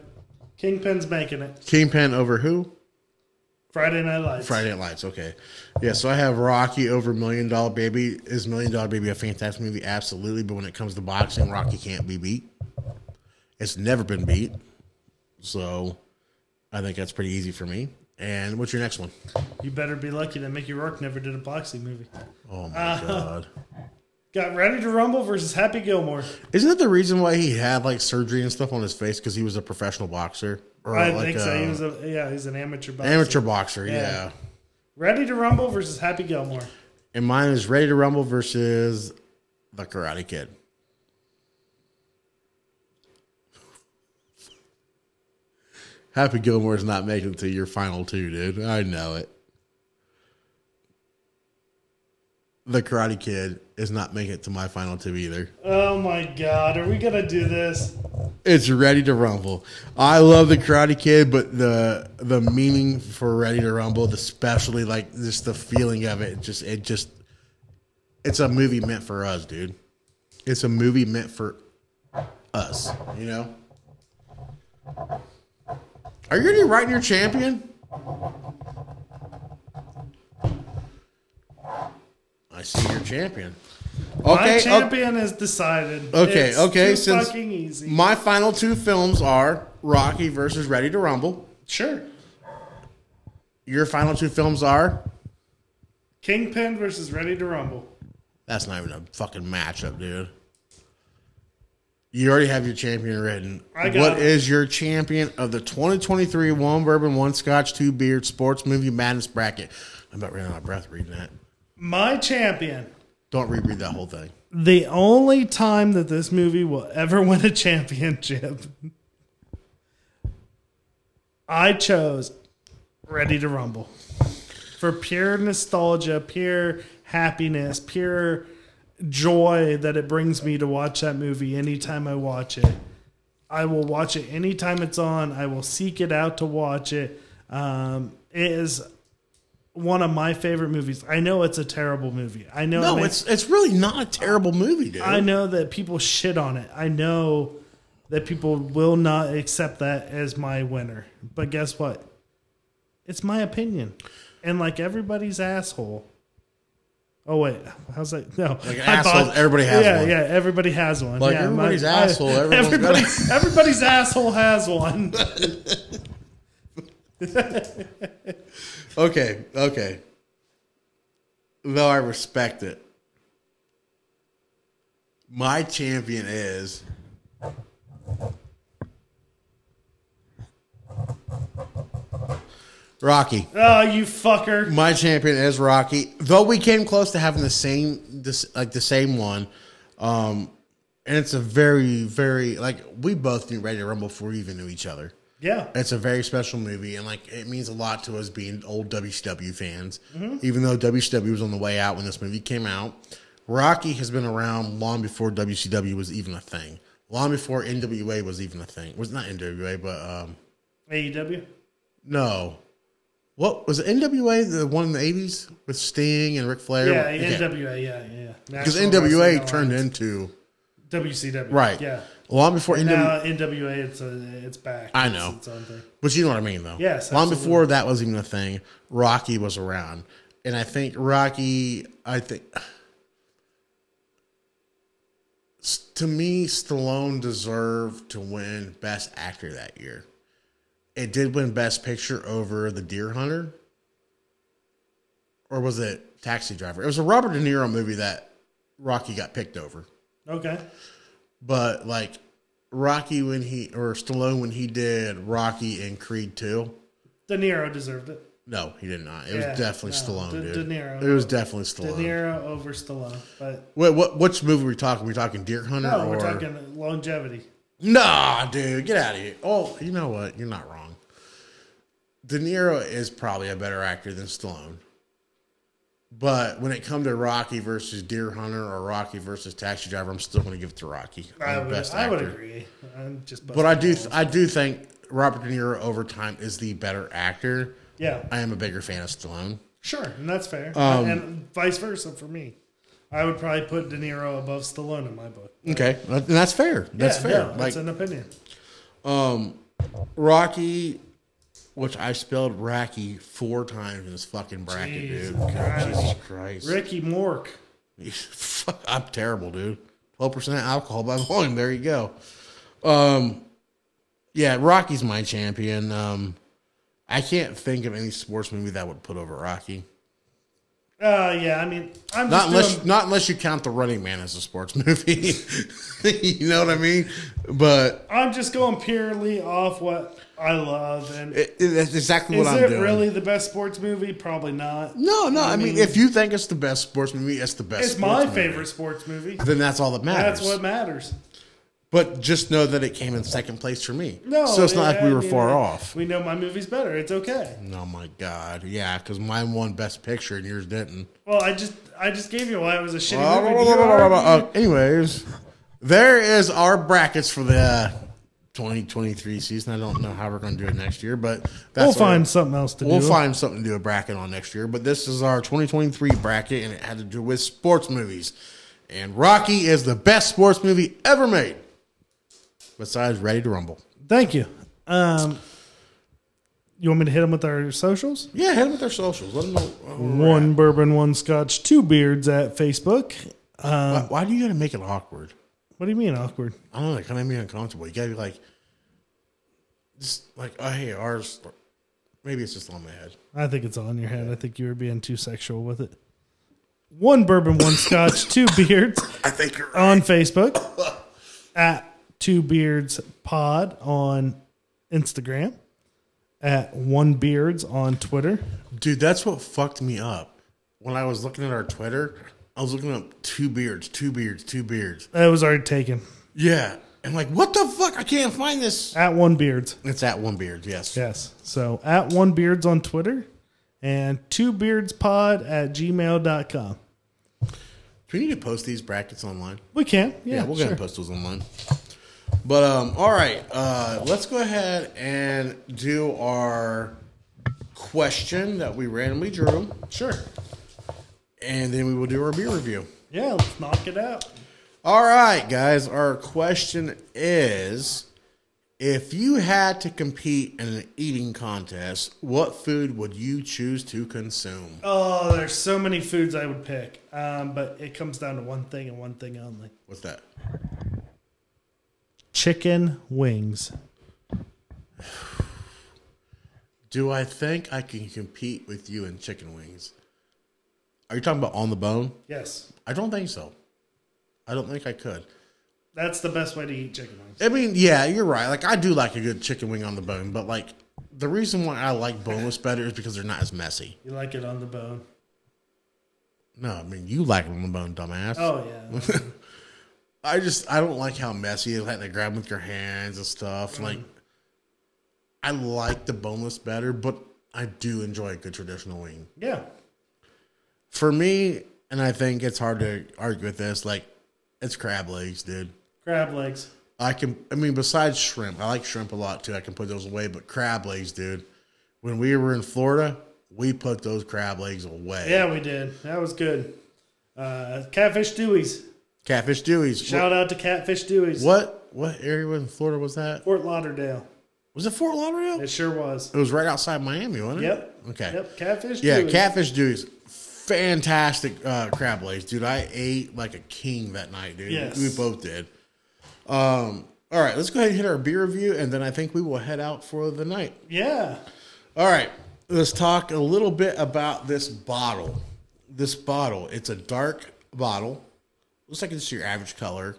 Kingpin's making it.
Kingpin over who?
Friday Night Lights.
Friday Night Lights. Okay, yeah. So I have Rocky over Million Dollar Baby. Is Million Dollar Baby a fantastic movie? Absolutely. But when it comes to boxing, Rocky can't be beat. It's never been beat. So I think that's pretty easy for me. And what's your next one?
You better be lucky that Mickey Rourke never did a boxing movie.
Oh my
Uh,
god!
Got Ready to Rumble versus Happy Gilmore.
Isn't that the reason why he had like surgery and stuff on his face because he was a professional boxer or
I
like
think
a,
so. He was a yeah, he's an amateur boxer.
amateur boxer? Yeah.
Yeah. Ready to Rumble versus Happy Gilmore.
And mine is Ready to Rumble versus the Karate Kid. Happy Gilmore's not making it to your final two, dude. I know it. The Karate Kid is not making it to my final two either.
Oh my God, are we gonna do this?
It's Ready to Rumble. I love the Karate Kid, but the the meaning for Ready to Rumble, especially like just the feeling of it, just it just it's a movie meant for us, dude. It's a movie meant for us, you know. Are you already writing your champion? I see your champion. Okay,
my
okay.
champion is decided.
Okay,
It's
okay,
too
since-
fucking easy.
My final two films are Rocky versus Ready to Rumble.
sure.
Your final two films are
Kingpin versus Ready to Rumble.
that's not even a fucking matchup, dude. You already have your champion written.
I got
What
it.
is your champion of the 2023 one bourbon, one scotch, two beard sports movie madness bracket? I'm about running out of breath reading that.
My champion.
Don't reread that whole thing.
The only time that this movie will ever win a championship. I chose Ready to Rumble for pure nostalgia, pure happiness, pure joy that it brings me to watch that movie anytime I watch it. I will watch it anytime it's on. I will seek it out to watch it. Um, it is one of my favorite movies. I know it's a terrible movie. I know it
No,
makes-
it's it's really not a terrible movie, dude.
I know that people shit on it. I know that people will not accept that as my winner. But guess what? It's my opinion. And like everybody's asshole. Oh wait, how's that? No,
Like
I
assholes, everybody has
yeah,
one.
Yeah, everybody has one.
Like
yeah,
everybody's asshole, everyone's
everybody, everybody's asshole has one.
Okay, okay. Though I respect it, my champion is. Rocky.
Oh, you fucker!
My champion is Rocky. Though we came close to having the same, this like the same one, um, and it's a very, very like we both knew Ready to Rumble before we even knew each other.
Yeah,
It's a very special movie, and like it means a lot to us being old WCW fans.
Mm-hmm.
Even though WCW was on the way out when this movie came out, Rocky has been around long before WCW was even a thing. Long before NWA was even a thing. Was not NWA, but um,
AEW.
no. What was it NWA the one in the eighties with Sting and Ric Flair?
Yeah, NWA. Yeah, yeah.
Because
National Wrestling
NWA
Alliance.
turned into
WCW.
right.
Yeah.
Long before NWA.
Now NWA, it's a, it's back.
I
It's
know.
its own thing.
But you know what I mean, though.
Yes,
Long
absolutely.
before that was even a thing, Rocky was around, and I think Rocky. I think S- to me, Stallone deserved to win Best Actor that year. It did win Best Picture over The Deer Hunter, or was it Taxi Driver? It was a Robert De Niro movie that Rocky got picked over.
Okay.
But like Rocky when he or Stallone when he did Rocky and Creed two.
De Niro deserved it.
No, he did not. It
Yeah,
was definitely
no,
Stallone,
De-
dude.
De Niro.
It was definitely
De
Stallone.
Niro over Stallone, but
Wait, what? Which movie we talking? we talking Deer Hunter?
no,
or...
we're talking longevity.
Nah, dude, get out of here. Oh, you know what? You're not wrong. De Niro is probably a better actor than Stallone. But when it comes to Rocky versus Deer Hunter or Rocky versus Taxi Driver, I'm still going to give it to Rocky.
I
I'm
would, I would agree. I'm just,
But I do, I do think Robert De Niro over time is the better actor.
yeah,
I am a bigger fan of Stallone.
sure, and that's fair,
Um,
and vice versa for me. I would probably put De Niro above Stallone in my book.
Okay, and that's fair. That's
Yeah,
fair.
no,
like
that's an opinion.
Rocky, which I spelled Rocky four times in this fucking bracket,
Jesus
dude. God,
Christ.
Jesus Christ.
Ricky Mork.
Fuck, I'm terrible, dude. Twelve percent alcohol by volume. There you go. Um, yeah, Rocky's my champion. Um, I can't think of any sports movie that would put over Rocky.
Uh, yeah, I mean, I'm
Not
just
unless,
doing,
not unless you count The Running Man as a sports movie. you know what I mean? But
I'm just going purely off what I love, and
it, it- that's exactly
is
what I'm
it
doing.
really the best sports movie? Probably not.
No, no. I, mean, if you think it's the best sports movie, it's the best.
It's
sports
my
movie.
favorite sports movie.
Then that's all that matters.
That's what matters.
but just know that it came in second place for me.
No,
so it's not
I-
like we
I
were
mean, uh,
far off.
We know my movie's better. It's okay.
Oh my god, yeah, because mine won Best Picture and yours didn't.
Well, I just I just gave you why it was a shitty movie. Do you argue?
Uh, anyways, there is our brackets for the 2023 season. I don't know how we're going to do it next year, but that's
We'll
what-
find something else to
We'll
do.
find something to do a bracket on next year, but this is our 2023 bracket, and it had to do with sports movies. And Rocky is the best sports movie ever made, besides Ready to Rumble.
Thank you. Um, you want me to hit them with our socials?
Yeah, hit them with their socials. Let them know. uh, where we're
One bourbon, one scotch, two beards at Facebook.
at. why, why do you got to make it awkward?
What do you mean awkward?
I don't know. It kind of made me uncomfortable. You got to be like, just like, oh, hey, ours. Maybe it's just on my head.
I think it's all in your head. I think you were being too sexual with it. One bourbon, one scotch, two beards.
I think you're right.
on Facebook at Two Beards Pod on Instagram at One Beards on Twitter.
Dude, that's what fucked me up. When I was looking at our Twitter, I was looking up two beards, two beards, two beards.
That was already taken
Yeah. I'm like, what the fuck? I can't find this.
at One Beards.
It's at One Beard, yes.
Yes. So at One Beards on Twitter and Two Beards Pod at gmail.com.
Do we need to post these brackets online?
We can. Yeah,
Yeah, we'll go
sure.
ahead and post those online. But um, all right, uh, let's go ahead and do our question that we randomly drew,
Sure.
and then we will do our beer review.
Yeah, let's knock it out.
All right, guys, our question is: If you had to compete in an eating contest, what food would you choose to consume?
Oh, there's so many foods I would pick, um, but it comes down to one thing and one thing only:
What's that?
chicken wings.
Do I think I can compete with you in chicken wings? Are you talking about on the bone?
Yes,
I don't think so. I don't think I could.
that's the best way to eat chicken wings.
I mean, yeah, you're right. Like I do like a good chicken wing on the bone, but like the reason why I like boneless better is because they're not as messy.
You like it on the bone?
No, I mean you like them on the bone, dumbass.
Oh yeah.
I just I don't like how messy they like to grab with your hands and stuff. Like I like the boneless better, but I do enjoy a good traditional wing.
Yeah.
For me, and I think it's hard to argue with this, like it's crab legs, dude.
Crab legs.
I can. I mean, besides shrimp, I like shrimp a lot too. I can put those away, but crab legs, dude. When we were in Florida, we put those crab legs away.
Yeah, we did. That was good. Uh, Catfish Dewey's.
Catfish Dewey's.
Shout out to Catfish Dewey's.
What what area in Florida was that?
Fort Lauderdale.
Was it Fort Lauderdale?
It sure was.
It was right outside Miami, wasn't it?
Yep.
Okay.
Yep. Catfish
Yeah,
Dewey's.
Catfish Dewey's. Fantastic uh, crab legs, dude. I ate like a king that night, dude.
Yes.
We both did. Um. All right, let's go ahead and hit our beer review, and then I think we will head out for the night.
Yeah.
All right, let's talk a little bit about this bottle. This bottle, it's a dark bottle. Looks like it's your average color.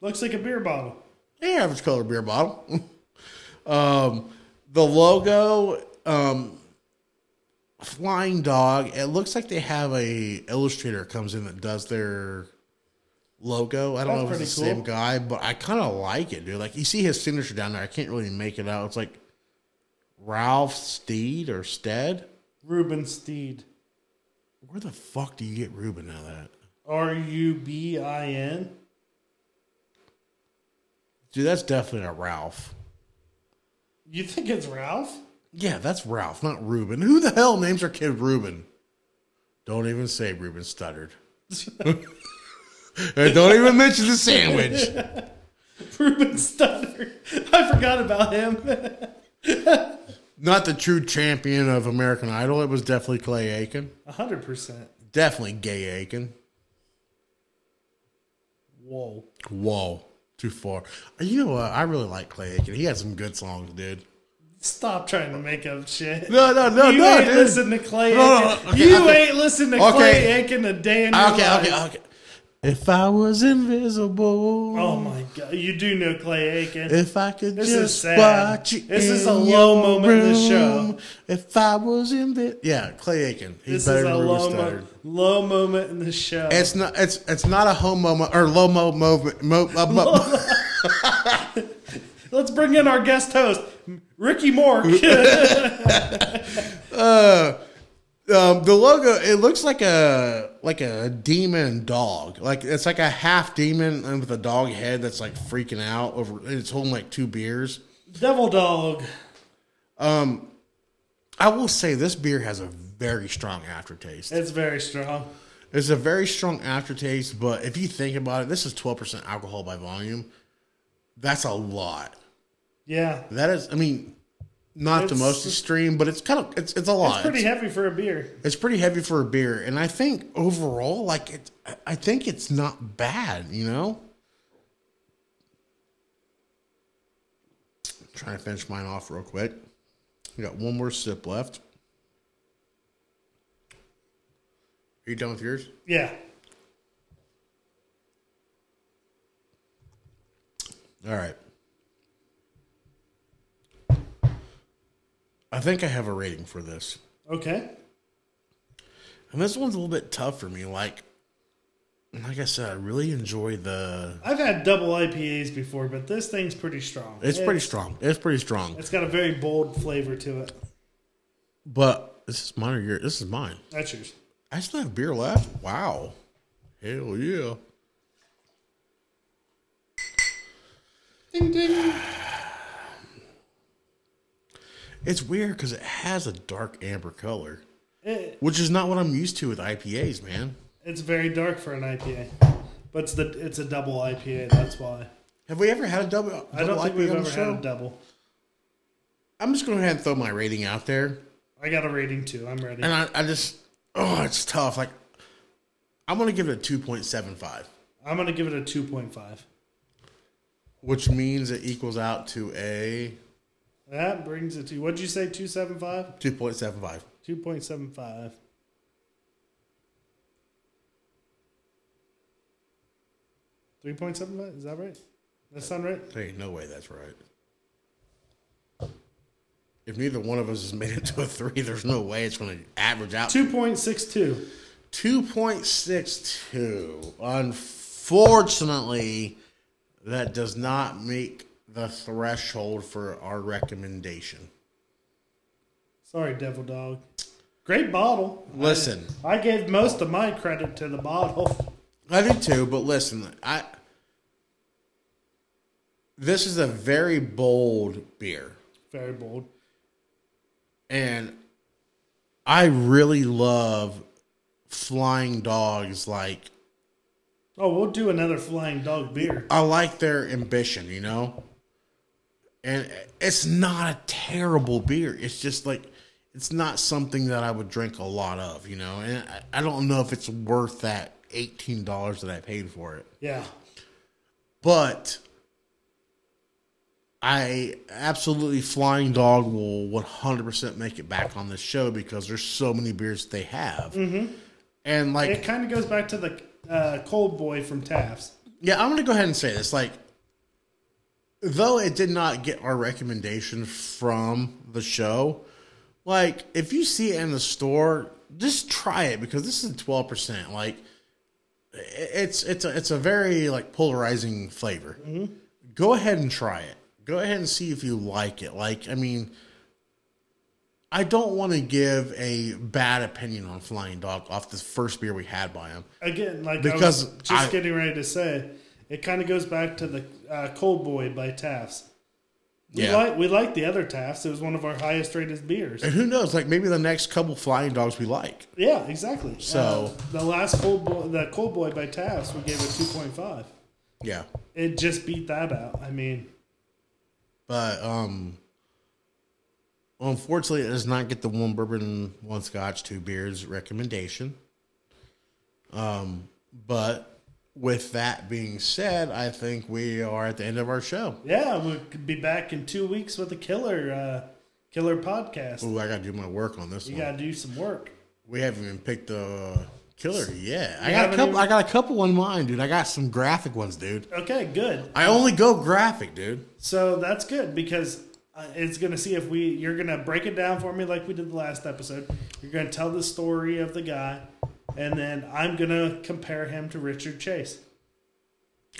Looks like a beer bottle.
Yeah, average color beer bottle. um, the logo, um, flying dog. It looks like they have a illustrator comes in that does their logo. I don't
That's
know if it's the
pretty
same
cool.
guy, but I kind of like it, dude. Like you see his signature down there. I can't really make it out. It's like Ralph Steed or Stead.
Ruben Steed.
Where the fuck do you get Ruben out of that?
R U B I N.
Dude, that's definitely a Ralph.
You think it's Ralph?
Yeah, that's Ralph, not Ruben. Who the hell names their kid Ruben? Don't even say Ruben stuttered. And don't even mention the sandwich.
Ruben Stutter. I forgot about him.
Not the true champion of American Idol. It was definitely Clay Aiken.
A hundred percent.
Definitely Gay Aiken.
Whoa.
Whoa, too far. Uh, You know what? I really like Clay Aiken. He had some good songs, dude.
Stop trying to make up shit.
No, no, no,
you
no,
ain't
dude.
listen to Clay.
No, no,
Aiken.
no, okay,
you
okay.
ain't listen to
Okay.
Clay Aiken a day in your
Okay,
life.
okay, okay. If I was invisible.
Oh my god, you do know Clay Aiken.
If I could
This is
just
sad.
watch you
This is
in
a low
your
moment in this show.
room. If I was in the yeah, Clay Aiken. He's
this
better
is a
than Ruben
low, mo-
Studdard.
low moment in the show.
It's not. It's it's not a home moment or low mo moment. Mo, mo, mo,
Let's bring in our guest host, Ricky Mork.
um, the logo. It looks like a like a demon dog. Like it's like a half demon and with a dog head that's like freaking out over. It's holding like two beers.
Devil Dog.
I will say this beer has a very strong aftertaste.
It's very strong.
It's a very strong aftertaste, but if you think about it, this is 12% alcohol by volume. That's a lot.
Yeah.
That is, I mean, not the
It's-
most extreme, but it's kind of, it's, it's a lot.
It's pretty heavy for a beer.
It's pretty heavy for a beer. And I think overall, like, it, I- I think it's not bad, you know? trying to finish mine off real quick. We got one more sip left. Are you done with yours?
Yeah.
All right. I think I have a rating for this.
Okay.
And this one's a little bit tough for me. Like like I said, I really enjoy the
I've had double IPAs before, but this thing's pretty strong.
it's pretty strong. It's pretty strong.
It's got a very bold flavor to it.
But this is mine or your this is mine.
That's yours.
I still have beer left. Wow. Hell yeah.
Ding ding.
It's weird because it has a dark amber color, which is not what I'm used to with IPAs, man.
It's very dark for an IPA, but it's the it's a double IPA. That's why
Have we ever had a double? double
I don't think
IPA
we've
on the
ever
show?
had a double.
I'm just going to go ahead and throw my rating out there.
I got a rating too. I'm ready.
And I, I just, oh, it's tough. Like, I'm going to give it a 2.75,
I'm gonna give it a two point five.
which means it equals out to a
That brings it to what'd you say? Two seven five.
2.75.
Two point seven five. Three point seven five. Is that right? That sound right?
There ain't no way that's right. If neither one of us has made it to a three, there's no way it's going to average out
Two point six two.
2.62. Unfortunately, that does not make the threshold for our recommendation.
Sorry, Devil Dog. Great bottle.
Listen,
I gave most of my credit to the bottle.
I do too, but listen, I this is a very bold beer.
Very bold.
And I really love flying dogs like
Oh, we'll do another flying dog beer.
I like their ambition, you know. And it's not a terrible beer. It's just like it's not something that I would drink a lot of, you know. And I, I don't know if it's worth that eighteen dollars that I paid for it,
Yeah.
but I absolutely Flying Dog will one hundred percent make it back on this show because there's so many beers they have, and like
It kind of goes back to the uh, cold boy from Taft's.
Yeah, I'm going to go ahead and say this. Like, though it did not get our recommendation from the show, like, if you see it in the store, just try it because this is 12%. Like, i- it's it's a, it's a very like polarizing flavor. Go ahead and try it. Go ahead and see if you like it. Like, I mean, I don't want to give a bad opinion on Flying Dog off the first beer we had by him.
Again, like
Because
I was just
I-
getting ready to say, it kind of goes back to the uh, cold boy by Taft's. We
Yeah.
like we like the other Taft's. It was one of our highest rated beers.
And who knows? Like maybe the next couple flying dogs we like.
Yeah, exactly.
So-
Uh, the last cold boy, the cold boy by Taft's, we gave it two point five.
Yeah.
It just beat that out. I mean,
But um unfortunately it does not get the one bourbon, one scotch, two beers recommendation. Um but with that being said, I think we are at the end of our show.
yeah, we'll be back in two weeks with a killer, uh, killer podcast.
Ooh, I gotta do my work on this
You
one.
gotta do some work.
we haven't even picked the killer yet. I got
You
a
haven't
couple
even-
I got a couple in mind, dude. I got some graphic ones, dude.
Okay, good.
I only go graphic, dude.
So that's good because uh, it's going to see if we you're going to break it down for me like we did the last episode. You're going to tell the story of the guy, and then I'm going to compare him to Richard Chase.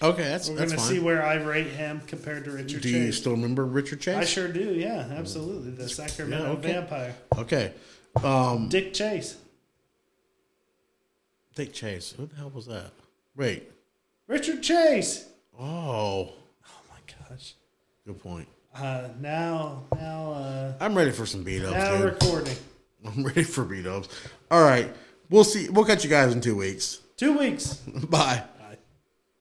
Okay, that's
We're going
that's
to
fine.
see where I rate him compared to Richard
do you
Chase.
still remember Richard Chase?
I sure do. Yeah, absolutely. The Sacramento
Yeah, okay.
Vampire,
Okay. Um,
Dick Chase,
Dick Chase. Who the hell was that? Wait.
Richard Chase.
Oh,
Oh my gosh.
good point.
Uh, now, now, uh,
I'm ready for some beat ups,
now
dude.
recording.
I'm ready for beat ups. All right. We'll see. We'll catch you guys in two weeks.
Two weeks.
Bye.